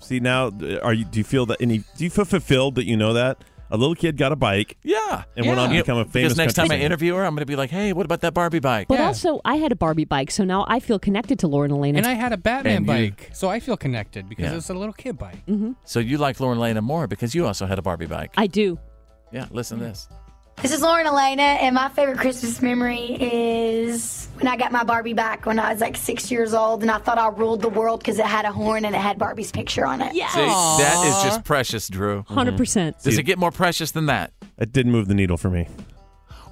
Speaker 10: See now, d- are you? Do you feel that any? Do you feel fulfilled that you know that a little kid got a bike?
Speaker 9: Yeah.
Speaker 10: And went on to
Speaker 9: You know,
Speaker 10: become a famous.
Speaker 9: Because next time
Speaker 10: country
Speaker 9: I
Speaker 10: singer.
Speaker 9: interview her, I'm going to be like, hey, what about that Barbie bike?
Speaker 11: But also, I had a Barbie bike, so now I feel connected to Lauren Elena.
Speaker 3: And I had a Batman
Speaker 9: And you-
Speaker 3: bike, so I feel connected because
Speaker 9: Yeah.
Speaker 3: it's a little kid bike.
Speaker 11: Mm.
Speaker 9: So you like Lauren Elena more because you also had a Barbie bike.
Speaker 11: I do.
Speaker 9: Yeah, listen to this.
Speaker 7: This is Lauren Elena, and my favorite Christmas memory is when I got my Barbie back when I was like six years old, and I thought I ruled the world because it had a horn and it had Barbie's picture on it. Yeah.
Speaker 9: See, that is just precious, Drew.
Speaker 11: 100%.
Speaker 9: Does it get more precious than that?
Speaker 10: It didn't move the needle for me.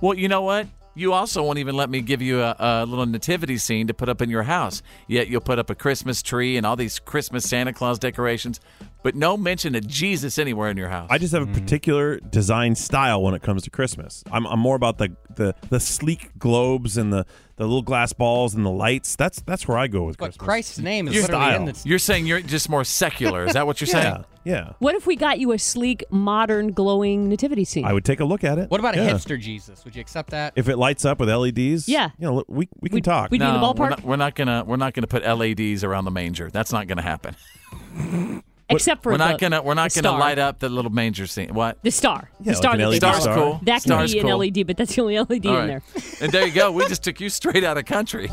Speaker 9: Well, you know what? You also won't even let me give you a, a little nativity scene to put up in your house. Yet you'll put up a Christmas tree and all these Christmas Santa Claus decorations, but no mention of Jesus anywhere in your house.
Speaker 10: I just have a particular design style when it comes to Christmas. I'm, I'm more about the, the the sleek globes and the the little glass balls and the lights. That's that's where I go with Christmas.
Speaker 3: Christ's name is
Speaker 10: Your
Speaker 3: literally
Speaker 10: style.
Speaker 3: in the.
Speaker 9: You're saying you're just more secular. Is that what you're saying?
Speaker 10: Yeah.
Speaker 11: What if we got you a sleek, modern, glowing nativity scene?
Speaker 10: I would take a look at it.
Speaker 3: What about a
Speaker 10: Yeah.
Speaker 3: hipster Jesus? Would you accept that?
Speaker 10: If it lights up with LEDs,
Speaker 3: Yeah.
Speaker 10: you know, look, we, we can talk.
Speaker 3: we'd be in the
Speaker 9: We're
Speaker 3: ballpark?
Speaker 9: not, we're not gonna we're not gonna put LEDs around the manger. That's not gonna happen.
Speaker 11: Except for
Speaker 9: we're not
Speaker 11: the-
Speaker 9: gonna we're not
Speaker 11: the
Speaker 9: gonna
Speaker 11: star.
Speaker 9: light up the little manger scene. What?
Speaker 11: The star.
Speaker 9: Yeah,
Speaker 11: the star
Speaker 9: like an
Speaker 10: E
Speaker 11: that they
Speaker 9: LED
Speaker 11: bought.
Speaker 9: Star's cool.
Speaker 11: That could
Speaker 9: Star's
Speaker 11: be an
Speaker 9: cool.
Speaker 11: LED, but that's the only LED
Speaker 9: All
Speaker 11: in
Speaker 9: right.
Speaker 11: there.
Speaker 9: and there you go. We just took you straight out of country.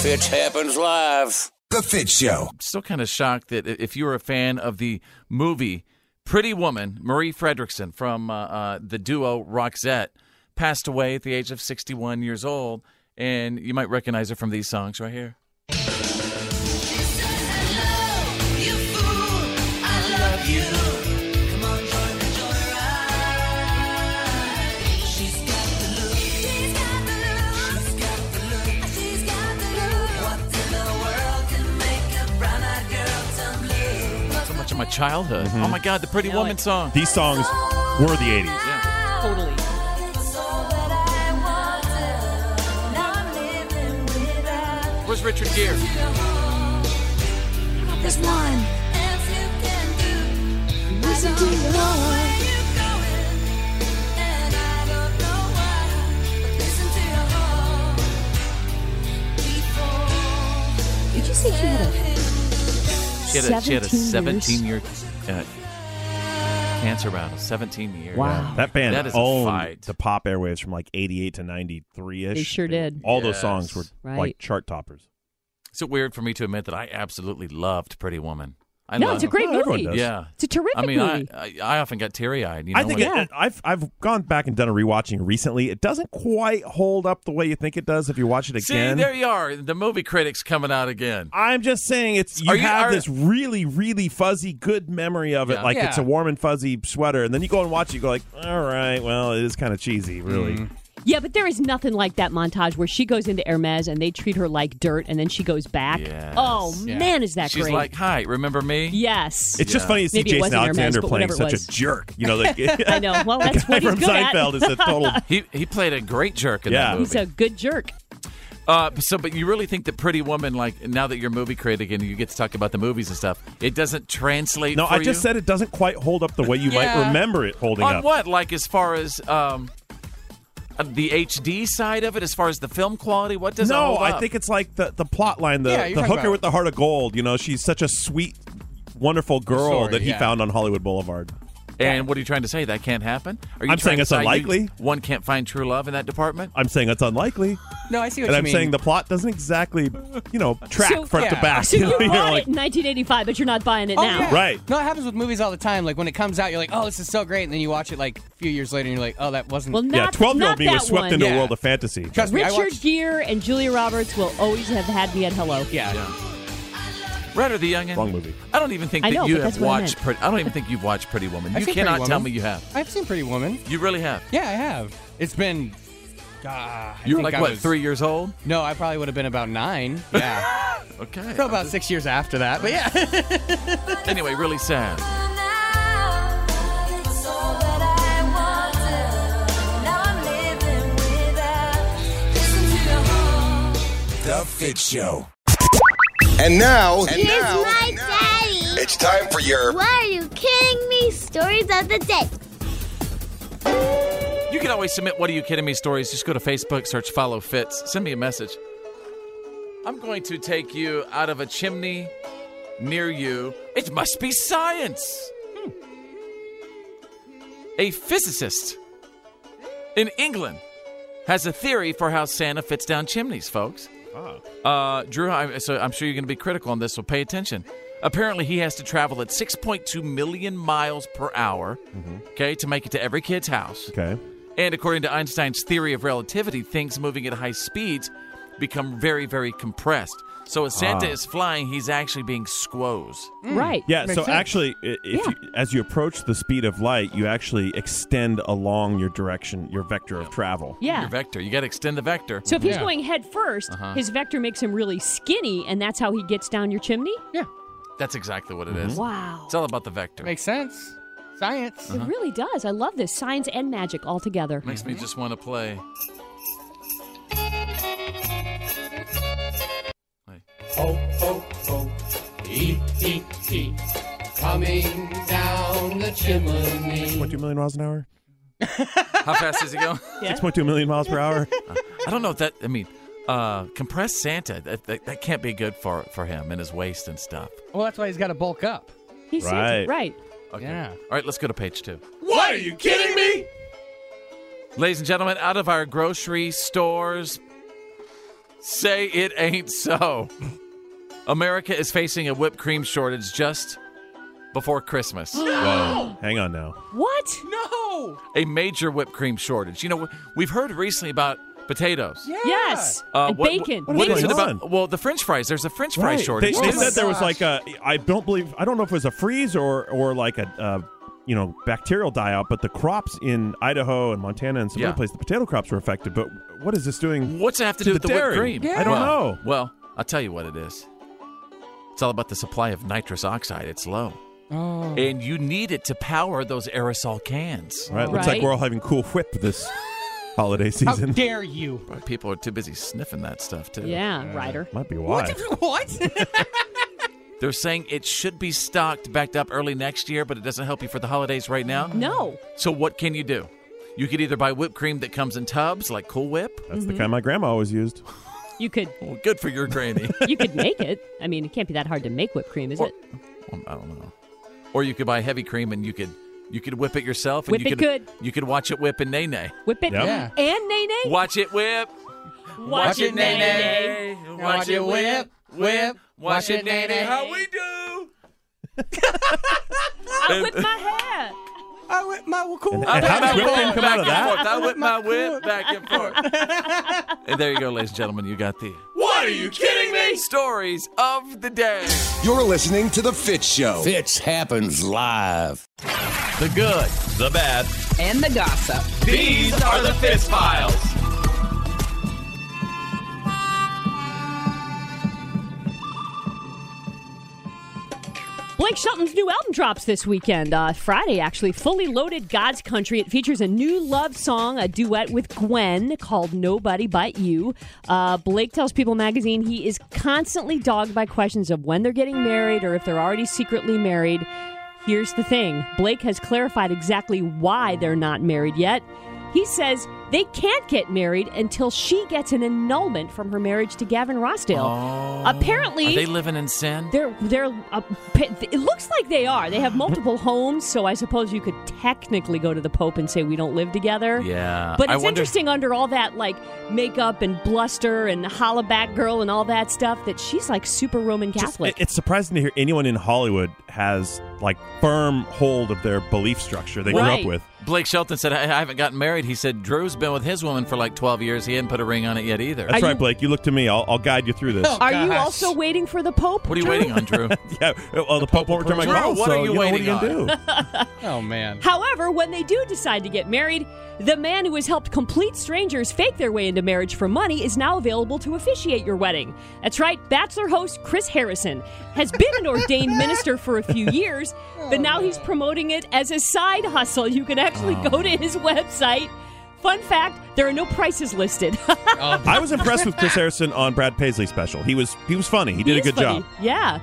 Speaker 20: Fitch happens live.
Speaker 14: The Fit Show.
Speaker 9: I'm still kind of shocked that i- if you were a fan of the movie Pretty Woman, Marie Fredrickson from uh, uh, the duo Roxette passed away at the age of 61 years old. And you might recognize her from these songs right here. So much of my childhood. Oh my God, the Pretty Woman song.
Speaker 10: These songs were the 80s.
Speaker 11: Totally.
Speaker 9: Where's Richard Gere?
Speaker 8: There's one. Listen to your heart.
Speaker 11: Did you say she had a
Speaker 9: She had a, she had a
Speaker 11: 17
Speaker 9: 17 year uh, cancer battle. 17 years.
Speaker 10: That band
Speaker 9: That is
Speaker 10: owned
Speaker 9: a fight.
Speaker 10: the pop airwaves from like 88 to 93 ish.
Speaker 11: They sure did.
Speaker 10: All those
Speaker 9: Yes.
Speaker 10: songs were
Speaker 11: Right.
Speaker 10: like chart toppers.
Speaker 9: Is it weird for me to admit that I absolutely loved Pretty Woman? I
Speaker 11: no,
Speaker 9: love
Speaker 11: it's a
Speaker 9: it.
Speaker 11: great
Speaker 9: No, Oh, everyone
Speaker 11: movie.
Speaker 9: does. Yeah.
Speaker 11: it's a terrific
Speaker 9: I mean, I,
Speaker 11: movie.
Speaker 9: I I often get teary eyed. You know,
Speaker 10: I think
Speaker 9: when-
Speaker 10: it, I've I've gone back and done a rewatching recently. It doesn't quite hold up the way you think it does if you watch it
Speaker 9: See,
Speaker 10: again.
Speaker 9: there you are. The movie critics coming out again.
Speaker 10: I'm just saying it's you
Speaker 9: Are you-
Speaker 10: have
Speaker 9: are-
Speaker 10: this really really fuzzy good memory of it,
Speaker 9: Yeah.
Speaker 10: like
Speaker 9: Yeah.
Speaker 10: it's a warm and fuzzy sweater, and then you go and watch it, you go like, all right, well, it is kind of cheesy, really.
Speaker 9: Mm-hmm.
Speaker 11: Yeah, but there is nothing like that montage where she goes into Hermes and they treat her like dirt, and then she goes back. Oh
Speaker 9: Yeah.
Speaker 11: man, is that
Speaker 9: She's
Speaker 11: great?
Speaker 9: like, hi, remember me?
Speaker 11: yes.
Speaker 10: It's just funny to see
Speaker 11: Maybe it
Speaker 10: Jason
Speaker 11: wasn't Hermes,
Speaker 10: Alexander
Speaker 11: but
Speaker 10: playing
Speaker 11: whatever it
Speaker 10: such
Speaker 11: was.
Speaker 10: a jerk. You know, like
Speaker 11: I know. Well, that's what
Speaker 10: guy
Speaker 11: he's
Speaker 10: from
Speaker 11: good
Speaker 10: Seinfeld
Speaker 11: at.
Speaker 10: is a total.
Speaker 9: he he played a great jerk in that
Speaker 11: He's
Speaker 9: movie.
Speaker 11: a good jerk.
Speaker 9: uh, so, but you really think that Pretty Woman, like now that you're a movie critic and you get to talk about the movies and stuff, it doesn't translate.
Speaker 10: No,
Speaker 9: for
Speaker 10: I just
Speaker 9: you?
Speaker 10: said it doesn't quite hold up the way you might
Speaker 9: Yeah.
Speaker 10: remember it holding
Speaker 9: on
Speaker 10: up.
Speaker 9: what? Like as far as um, uh, the HD side of it, as far as the film quality, what doesn't
Speaker 10: no,
Speaker 9: hold
Speaker 10: I
Speaker 9: up?
Speaker 10: think it's like the the plot line, the,
Speaker 9: Yeah, you're
Speaker 10: the
Speaker 9: talking
Speaker 10: hooker
Speaker 9: about-
Speaker 10: with the heart of gold. You know, she's such a sweet, wonderful girl
Speaker 9: Sorry,
Speaker 10: that he
Speaker 9: yeah.
Speaker 10: found on Hollywood Boulevard.
Speaker 9: And what are you trying to say? That can't happen? Are you
Speaker 10: I'm
Speaker 9: trying
Speaker 10: saying
Speaker 9: to
Speaker 10: it's
Speaker 9: say you-
Speaker 10: unlikely.
Speaker 9: one can't find true love in that department?
Speaker 10: I'm saying it's unlikely.
Speaker 3: No, I see what
Speaker 10: and
Speaker 3: you
Speaker 10: I'm
Speaker 3: mean.
Speaker 10: saying the plot doesn't exactly, you know, track
Speaker 11: So-
Speaker 10: front to back.
Speaker 11: So you
Speaker 10: know,
Speaker 11: bought
Speaker 10: you're
Speaker 11: it in 1985, but you're not buying it
Speaker 3: Oh,
Speaker 11: now.
Speaker 3: yeah. No, it happens with movies all the time. Like when it comes out, you're like, "Oh, this is so great," and then you watch it like a few years later, and you're like, "Oh, that wasn't." Well,
Speaker 10: yeah, 12 year old me was swept into a world of fantasy.
Speaker 3: Trust me, I
Speaker 11: Richard
Speaker 3: watched-
Speaker 11: Gere and Julia Roberts will always have had me at hello.
Speaker 9: Red or the Youngin?
Speaker 10: Wrong movie.
Speaker 9: I don't even think
Speaker 11: I
Speaker 9: that
Speaker 11: know,
Speaker 9: you
Speaker 11: but
Speaker 9: have
Speaker 11: that's what I
Speaker 9: watched.
Speaker 11: meant.
Speaker 9: Pretty, I don't even think you've watched Pretty Woman.
Speaker 3: I've
Speaker 9: you
Speaker 3: seen Pretty
Speaker 9: cannot tell
Speaker 3: Woman.
Speaker 9: me you have.
Speaker 3: I've seen Pretty Woman.
Speaker 9: You really have.
Speaker 3: Yeah, I have. It's been. ah, I
Speaker 9: You were
Speaker 3: think
Speaker 9: like
Speaker 3: I
Speaker 9: what,
Speaker 3: was-
Speaker 9: three years old?
Speaker 3: No, I probably would have been about nine. Yeah.
Speaker 9: okay.
Speaker 3: So about six years after that, but yeah.
Speaker 9: Anyway, really sad.
Speaker 14: The Fit Show. And now, and
Speaker 2: Here's
Speaker 14: now,
Speaker 2: my daddy.
Speaker 14: it's time for your.
Speaker 2: Why are you kidding me? Stories of the day.
Speaker 9: You can always submit What Are You Kidding Me stories. Just go to Facebook, search Follow Fits, send me a message. I'm going to take you out of a chimney near you. It must be science. Hmm. A physicist in England has a theory for how Santa fits down chimneys, folks. Uh, Drew, I, so I'm sure you're going to be critical on this, so pay attention. Apparently, he has to travel at 6.2 million miles per hour, okay, to make it to every kid's house.
Speaker 10: Okay.
Speaker 9: And according to Einstein's theory of relativity, things moving at high speeds become very, very compressed. So as Santa
Speaker 10: Ah.
Speaker 9: is flying, he's actually being squoze.
Speaker 11: Right.
Speaker 10: Mm. Yeah,
Speaker 11: Makes
Speaker 10: so
Speaker 11: sense.
Speaker 10: actually, i- if
Speaker 11: Yeah.
Speaker 10: you, as you approach the speed of light, you actually extend along your direction, your vector of travel.
Speaker 11: Yeah.
Speaker 9: Your vector. You got to extend the vector.
Speaker 11: So if he's going head 1st
Speaker 9: Uh-huh.
Speaker 11: his vector makes him really skinny, and that's how he gets down your chimney.
Speaker 3: Yeah,
Speaker 9: That's exactly what it is.
Speaker 11: Wow.
Speaker 9: It's all about the vector.
Speaker 3: Makes sense. Science.
Speaker 10: Uh-huh.
Speaker 11: it really does. I love this science and magic all together.
Speaker 9: Makes me just want to play.
Speaker 13: Ho, ho, ho. Eat, eat, eat. Coming down the chimney.
Speaker 10: 6.2 million miles an hour?
Speaker 9: How fast does he go?
Speaker 10: 6.2 million miles per hour?
Speaker 9: I don't know if that. I mean, uh, compressed Santa. That, that, that can't be good for for him and his waist and stuff.
Speaker 3: Well, that's why he's got to bulk up.
Speaker 11: He
Speaker 9: said it, Right.
Speaker 11: right.
Speaker 9: Okay. All right, let's go to page two.
Speaker 13: What are you kidding me?
Speaker 9: Ladies and gentlemen, out of our grocery stores, say it ain't so. America is facing a whipped cream shortage just before Christmas.
Speaker 10: Whoa. Hang on now.
Speaker 11: What?
Speaker 3: No.
Speaker 9: A major whipped cream shortage. You know, we've heard recently about potatoes. Yeah.
Speaker 11: Yes. and
Speaker 9: Uh, what-
Speaker 11: bacon.
Speaker 9: what is
Speaker 10: Bacon.
Speaker 9: it about? Well, the French fries. There's a French fry
Speaker 10: They,
Speaker 9: shortage.
Speaker 10: they
Speaker 9: too.
Speaker 10: said there was like a, I don't believe, I don't know if it was a freeze or, or like a, uh, you know, bacterial die out, but the crops in Idaho and Montana and some
Speaker 9: Yeah.
Speaker 10: other places, the potato crops were affected. But what is this doing?
Speaker 9: What's it have to, do with the
Speaker 10: dairy?
Speaker 9: whipped cream?
Speaker 10: I don't
Speaker 9: Well-
Speaker 10: know.
Speaker 9: Well, I'll tell you what it is. It's all about the supply of nitrous oxide. It's low.
Speaker 3: Oh.
Speaker 9: And you need it to power those aerosol cans.
Speaker 10: All right, looks like we're all having cool whip this holiday season.
Speaker 3: dare you?
Speaker 9: Boy, people are too busy sniffing that stuff, too.
Speaker 11: Yeah, Ryder.
Speaker 10: Might be why.
Speaker 3: What? What?
Speaker 9: They're saying it should be stocked, backed up early next year, but it doesn't help you for the holidays right now.
Speaker 11: No.
Speaker 9: So, what can you do? You could either buy whipped cream that comes in tubs, like Cool Whip.
Speaker 10: That's the kind my grandma always used.
Speaker 11: You could
Speaker 9: Well, good for your granny.
Speaker 11: you could make it. I mean, it can't be that hard to make whipped cream, is
Speaker 9: Or-
Speaker 11: it?
Speaker 9: Um, I don't know. Or you could buy heavy cream and you could you could whip it yourself. And
Speaker 11: Whip
Speaker 9: you
Speaker 11: it
Speaker 9: could,
Speaker 11: good.
Speaker 9: You could watch it whip and nay nay.
Speaker 11: Whip it
Speaker 9: Yep.
Speaker 11: and nay nay.
Speaker 9: Watch it whip.
Speaker 11: Watch it, nay-nay.
Speaker 9: nay-nay. Watch it whip. Whip. Watch it nay nay. How we do?
Speaker 11: I whip my hair.
Speaker 3: I whip my well, cool.
Speaker 10: And- and how does whip come out of that?
Speaker 9: I whip my whip back and forth. And there you go, ladies and gentlemen. You got the
Speaker 13: What are you kidding me?
Speaker 9: Stories of the day.
Speaker 14: You're listening to The Fit Show.
Speaker 6: Fitch happens live.
Speaker 9: The good,
Speaker 6: the bad.
Speaker 4: And the gossip.
Speaker 13: These are the Fitz Files.
Speaker 11: Blake Shelton's new album drops this weekend, uh, Friday actually. Fully loaded God's Country. It features a new love song, a duet with Gwen called Nobody But You. Uh, Blake tells People magazine he is constantly dogged by questions of when they're getting married or if they're already secretly married. Here's the thing Blake has clarified exactly why they're not married yet. He says they can't get married until she gets an annulment from her marriage to Gavin Rossdale. Apparently,
Speaker 9: Oh. Are they living in sin?
Speaker 11: they're they're. Uh, pa- it looks like they are. They have multiple homes, so I suppose you could technically go to the Pope and say we don't live together.
Speaker 9: Yeah,
Speaker 11: but
Speaker 9: I
Speaker 11: it's
Speaker 9: wonder-
Speaker 11: interesting under all that like makeup and bluster and holla back girl and all that stuff that she's like super Roman Catholic.
Speaker 10: It- it's surprising to hear anyone in Hollywood has like firm hold of their belief structure they grew
Speaker 11: Right.
Speaker 10: up with.
Speaker 9: Blake Shelton said, I, I haven't gotten married. He said, Drew's been with his woman for like 12 years. He hadn't put a ring on it yet either.
Speaker 10: That's right, Blake. You look to me. I'll, I'll guide you through this.
Speaker 11: are you also waiting for the Pope?
Speaker 9: What are you waiting on, Drew?
Speaker 10: yeah. uh, Well, the Pope won't return my
Speaker 9: Drew,
Speaker 10: call.
Speaker 9: what
Speaker 10: so,
Speaker 9: are you
Speaker 10: know,
Speaker 9: waiting
Speaker 10: what are you
Speaker 9: on?
Speaker 10: gonna do?
Speaker 3: Oh man.
Speaker 11: However, when they do decide to get married, the man who has helped complete strangers fake their way into marriage for money is now available to officiate your wedding. That's right, bachelor host Chris Harrison has been an ordained minister for a few years, but now he's promoting it as a side hustle. You can actually go to his website. Fun fact, there are no prices listed.
Speaker 10: I was impressed with Chris Harrison on Brad Paisley special. He was he was funny. He did a
Speaker 11: It is
Speaker 10: good
Speaker 11: funny.
Speaker 10: job.
Speaker 11: Yeah.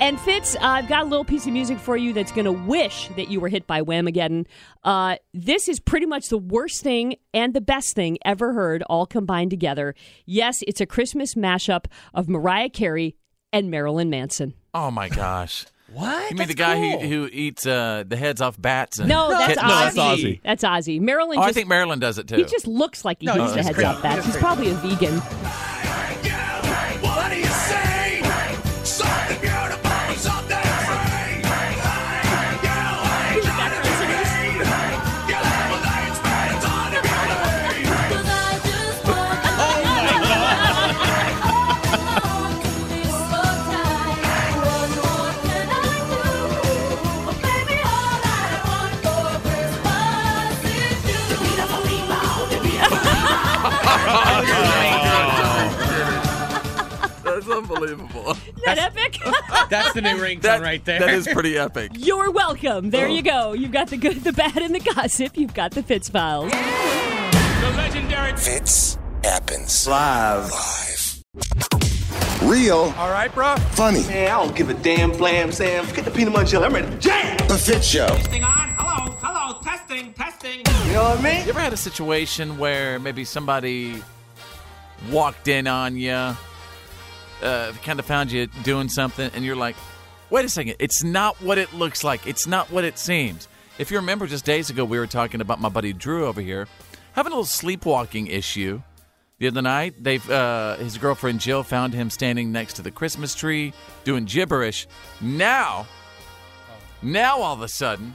Speaker 11: And Fitz, uh, I've got a little piece of music for you that's going to wish that you were hit by Whamageddon. Uh, this is pretty much the worst thing and the best thing ever heard, all combined together. Yes, it's a Christmas mashup of Mariah Carey and Marilyn Manson.
Speaker 9: Oh, my gosh.
Speaker 3: What?
Speaker 9: You mean the guy who, who eats uh, the heads off bats? And
Speaker 11: No, that's
Speaker 9: Kitten-
Speaker 11: Ozzy. That's Ozzy. Marilyn.
Speaker 9: Oh,
Speaker 11: just,
Speaker 9: I think Marilyn does it too.
Speaker 11: He just looks like he
Speaker 9: No,
Speaker 11: eats
Speaker 9: he's
Speaker 11: the
Speaker 9: just
Speaker 11: heads
Speaker 9: crazy.
Speaker 11: off that.
Speaker 9: He's
Speaker 11: He's probably a vegan.
Speaker 13: What do you say? Something beautiful, something free.
Speaker 9: That's unbelievable.
Speaker 11: Isn't that epic?
Speaker 3: That's the new ringtone right there.
Speaker 9: That is pretty epic.
Speaker 11: You're welcome. There
Speaker 9: Oh.
Speaker 11: you go. You've got the good, the bad, and the gossip. You've got the Fitz files.
Speaker 13: The legendary
Speaker 14: Fits happens live. Live. Real. All right, bro. Funny.
Speaker 5: Man, I don't give a damn flam, Sam. Forget the peanut butter jelly. I'm ready to jam.
Speaker 14: The Fit Show.
Speaker 13: Hello, hello, testing, testing.
Speaker 5: You know what I mean?
Speaker 9: You ever had a situation where maybe somebody walked in on you, uh, kind of found you doing something, and you're like, wait a second, it's not what it looks like, it's not what it seems. If you remember just days ago, we were talking about my buddy Drew over here having a little sleepwalking issue. The other night, they've uh, his girlfriend Jill found him standing next to the Christmas tree doing gibberish. Now, now all of a sudden,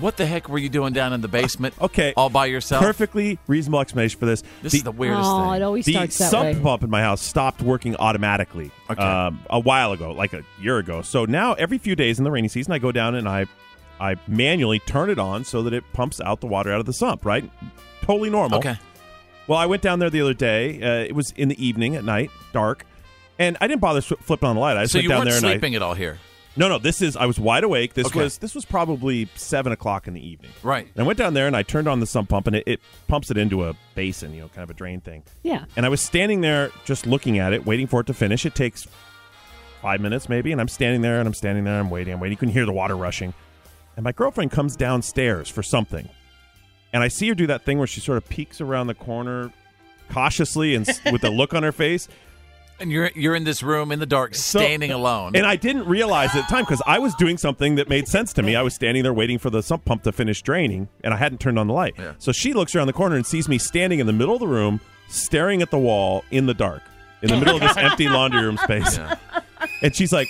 Speaker 9: what the heck were you doing down in the basement?
Speaker 10: Okay.
Speaker 9: all by yourself.
Speaker 10: Perfectly reasonable explanation for this.
Speaker 9: This is the weirdest
Speaker 11: Oh,
Speaker 9: thing.
Speaker 11: it always
Speaker 10: the
Speaker 11: starts that
Speaker 10: sump
Speaker 11: way.
Speaker 10: pump in my house stopped working automatically um, a while ago, like a year ago. So now every few days in the rainy season, I go down and I I manually turn it on so that it pumps out the water out of the sump. Right, totally normal.
Speaker 9: Okay.
Speaker 10: Well, I went down there the other day. Uh, it was in the evening at night, dark, and I didn't bother sw- flipping on the light. I just
Speaker 9: so
Speaker 10: went
Speaker 9: you
Speaker 10: down
Speaker 9: weren't
Speaker 10: there and I
Speaker 9: sleeping at all here,
Speaker 10: No, no. This is I was wide awake. This
Speaker 9: Okay.
Speaker 10: was this was probably seven o'clock in the evening.
Speaker 9: right?
Speaker 10: And I went down there and I turned on the sump pump and it, it pumps it into a basin, you know, kind of a drain thing.
Speaker 11: Yeah.
Speaker 10: And I was standing there just looking at it, waiting for it to finish. It takes five minutes maybe, and I'm standing there and I'm standing there, I'm waiting, I'm waiting. You can hear the water rushing. And my girlfriend comes downstairs for something. And I see her do that thing where she sort of peeks around the corner cautiously and s- with a look on her face.
Speaker 9: And you're you're in this room in the dark,
Speaker 10: So-
Speaker 9: standing alone.
Speaker 10: And I didn't realize at the time because I was doing something that made sense to me. I was standing there waiting for the sump pump to finish draining, and I hadn't turned on the light. So she looks around the corner and sees me standing in the middle of the room, staring at the wall in the dark, in the middle of this empty laundry room space. and she's like,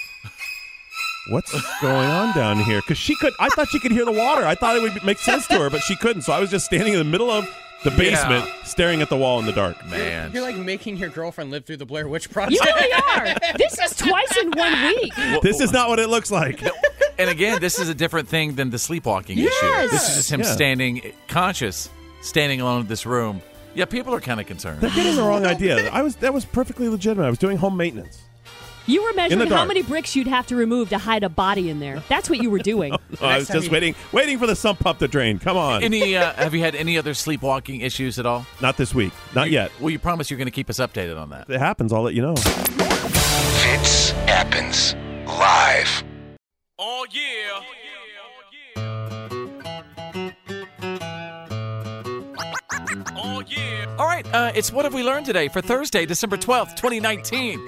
Speaker 10: "What's going on down here?" Because she could, I thought she could hear the water. I thought it would make sense to her, but she couldn't. So I was just standing in the middle of the basement, staring at the wall in the dark.
Speaker 9: Oh,
Speaker 10: Man,
Speaker 3: You're like making your girlfriend live through the Blair Witch Project.
Speaker 11: You really are. This is twice in one week.
Speaker 10: this is not what it looks like.
Speaker 9: And again, this is a different thing than the sleepwalking issue.
Speaker 11: Yes.
Speaker 9: This is just him
Speaker 10: Yeah.
Speaker 9: standing conscious, standing alone in this room. Yeah, people are kind of concerned.
Speaker 10: They're getting the wrong idea. I was that was perfectly legitimate. I was doing home maintenance.
Speaker 11: You were measuring how
Speaker 10: dark.
Speaker 11: many bricks you'd have to remove to hide a body in there. That's what you were doing.
Speaker 10: Oh, I was just waiting, waiting for the sump pump to drain. Come on.
Speaker 9: Any? Uh, have you had any other sleepwalking issues at all?
Speaker 10: Not this week. Not yet.
Speaker 9: Well, you promise you're going to keep us updated on that.
Speaker 10: If it happens, I'll let you know.
Speaker 14: Fits happens live.
Speaker 9: Oh yeah. Oh yeah. All right. Uh, it's what have we learned today for Thursday, December twelfth, twenty nineteen.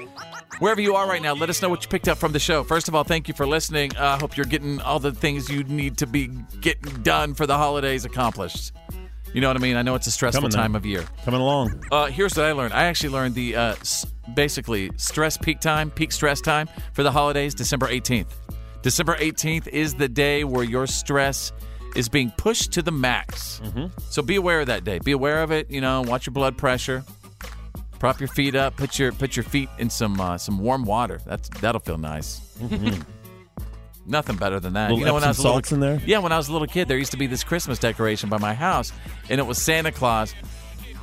Speaker 9: Wherever you are right now, let us know what you picked up from the show. First of all, thank you for listening. I hope you're getting all the things you need to be getting done for the holidays accomplished. You know what I mean? I know it's a stressful
Speaker 10: Coming, though.
Speaker 9: time of year.
Speaker 10: Coming along.
Speaker 9: Uh, here's what I learned. I actually learned the uh, s- basically stress peak time, peak stress time for the holidays, December 18th. December 18th is the day where your stress is being pushed to the max. So be aware of that day. Be aware of it. You know, watch your blood pressure. Prop your feet up. Put your put your feet in some uh, some warm water. That's that'll feel nice. Nothing better than that.
Speaker 10: Mm-hmm. Little
Speaker 9: you know, when I was
Speaker 10: Epsom
Speaker 9: a
Speaker 10: salts in there?
Speaker 9: Yeah, when I was a little kid, there used to be this Christmas decoration by my house, and it was Santa Claus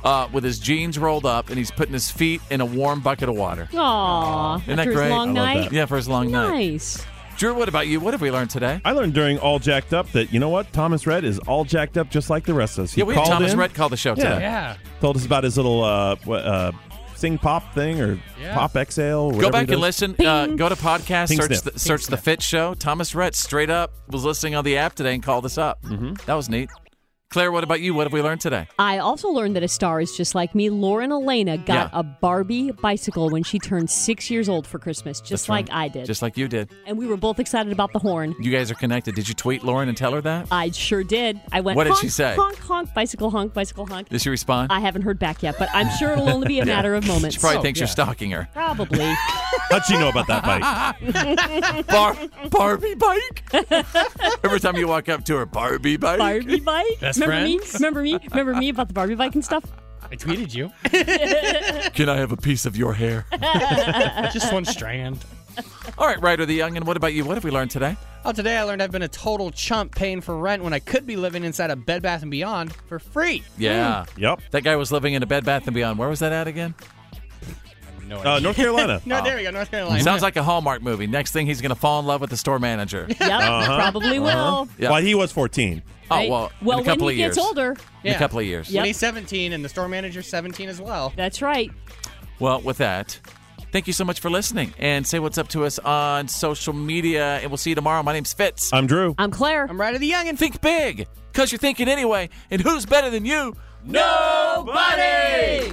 Speaker 9: uh, with his jeans rolled up, and he's putting his feet in a warm bucket of water.
Speaker 11: Aw,
Speaker 9: Isn't
Speaker 11: after
Speaker 9: that great?
Speaker 11: his long night.
Speaker 9: Yeah, for his long night.
Speaker 11: Nice.
Speaker 9: Drew, what about you? What have we learned today?
Speaker 10: I learned during All Jacked Up that you know what Thomas Red is all jacked up just like the rest of us. He
Speaker 9: Yeah, we had
Speaker 10: called
Speaker 9: Thomas
Speaker 10: in.
Speaker 9: Rhett call the show today. Yeah.
Speaker 10: told us about his little uh, what, uh, sing pop thing or
Speaker 9: Yeah.
Speaker 10: pop exhale.
Speaker 9: Go back and listen. Uh, go to podcast,
Speaker 10: Ping
Speaker 9: search
Speaker 10: snip.
Speaker 9: the,
Speaker 10: Ping
Speaker 9: search the Fit Show. Thomas Rhett straight up was listening on the app today and called us up. Mm-hmm. That was neat. Claire, what about you? What have we learned today?
Speaker 11: I also learned that a star is just like me. Lauren Elena got
Speaker 9: Yeah.
Speaker 11: a Barbie bicycle when she turned six years old for Christmas, just like I did.
Speaker 9: Just like you did.
Speaker 11: and we were both excited about the horn.
Speaker 9: You guys are connected. Did you tweet Lauren and tell her that?
Speaker 11: I sure did. I went.
Speaker 9: What did
Speaker 11: honk,
Speaker 9: she say?
Speaker 11: Honk, honk, bicycle, honk, bicycle, honk.
Speaker 9: Did she respond?
Speaker 11: I haven't heard back yet, but I'm sure it'll only be a
Speaker 9: Yeah.
Speaker 11: matter of moments.
Speaker 9: She probably thinks you're stalking her.
Speaker 11: Probably.
Speaker 10: How'd she know about that bike?
Speaker 9: Bar- Barbie bike. Every time you walk up to her, Barbie bike.
Speaker 11: Barbie bike.
Speaker 9: Best
Speaker 11: remember
Speaker 9: friends?
Speaker 11: me? Remember me? Remember me about the Barbie bike and stuff?
Speaker 3: I tweeted you.
Speaker 9: Can I have a piece of your hair?
Speaker 3: Just one strand.
Speaker 9: All right, Ryder the Young, and what about you? What have we learned today?
Speaker 3: Oh, today I learned I've been a total chump paying for rent when I could be living inside a Bed Bath & Beyond for free.
Speaker 9: Yeah.
Speaker 10: Yep.
Speaker 9: That guy was living in a Bed Bath and Beyond. Where was that at again?
Speaker 3: No
Speaker 10: Uh, North Carolina.
Speaker 3: no, there we go, North Carolina.
Speaker 9: Sounds like a Hallmark movie. Next thing, he's going to fall in love with the store manager.
Speaker 11: Yep, probably will.
Speaker 10: Well, he was 14.
Speaker 9: Uh-huh. Oh well,
Speaker 11: Well,
Speaker 9: in a couple
Speaker 11: when he
Speaker 9: of years.
Speaker 11: gets older.
Speaker 9: In a couple of years.
Speaker 3: When he's 17 and the store manager's 17 as well.
Speaker 11: That's right.
Speaker 9: Well, with that, thank you so much for listening, and say what's up to us on social media, and we'll see you tomorrow. My name's Fitz.
Speaker 11: Uh,
Speaker 10: I'm Drew.
Speaker 11: I'm Claire.
Speaker 3: I'm Ryder the Young, and
Speaker 9: think big, cause you're thinking anyway. And who's better than you? Nobody.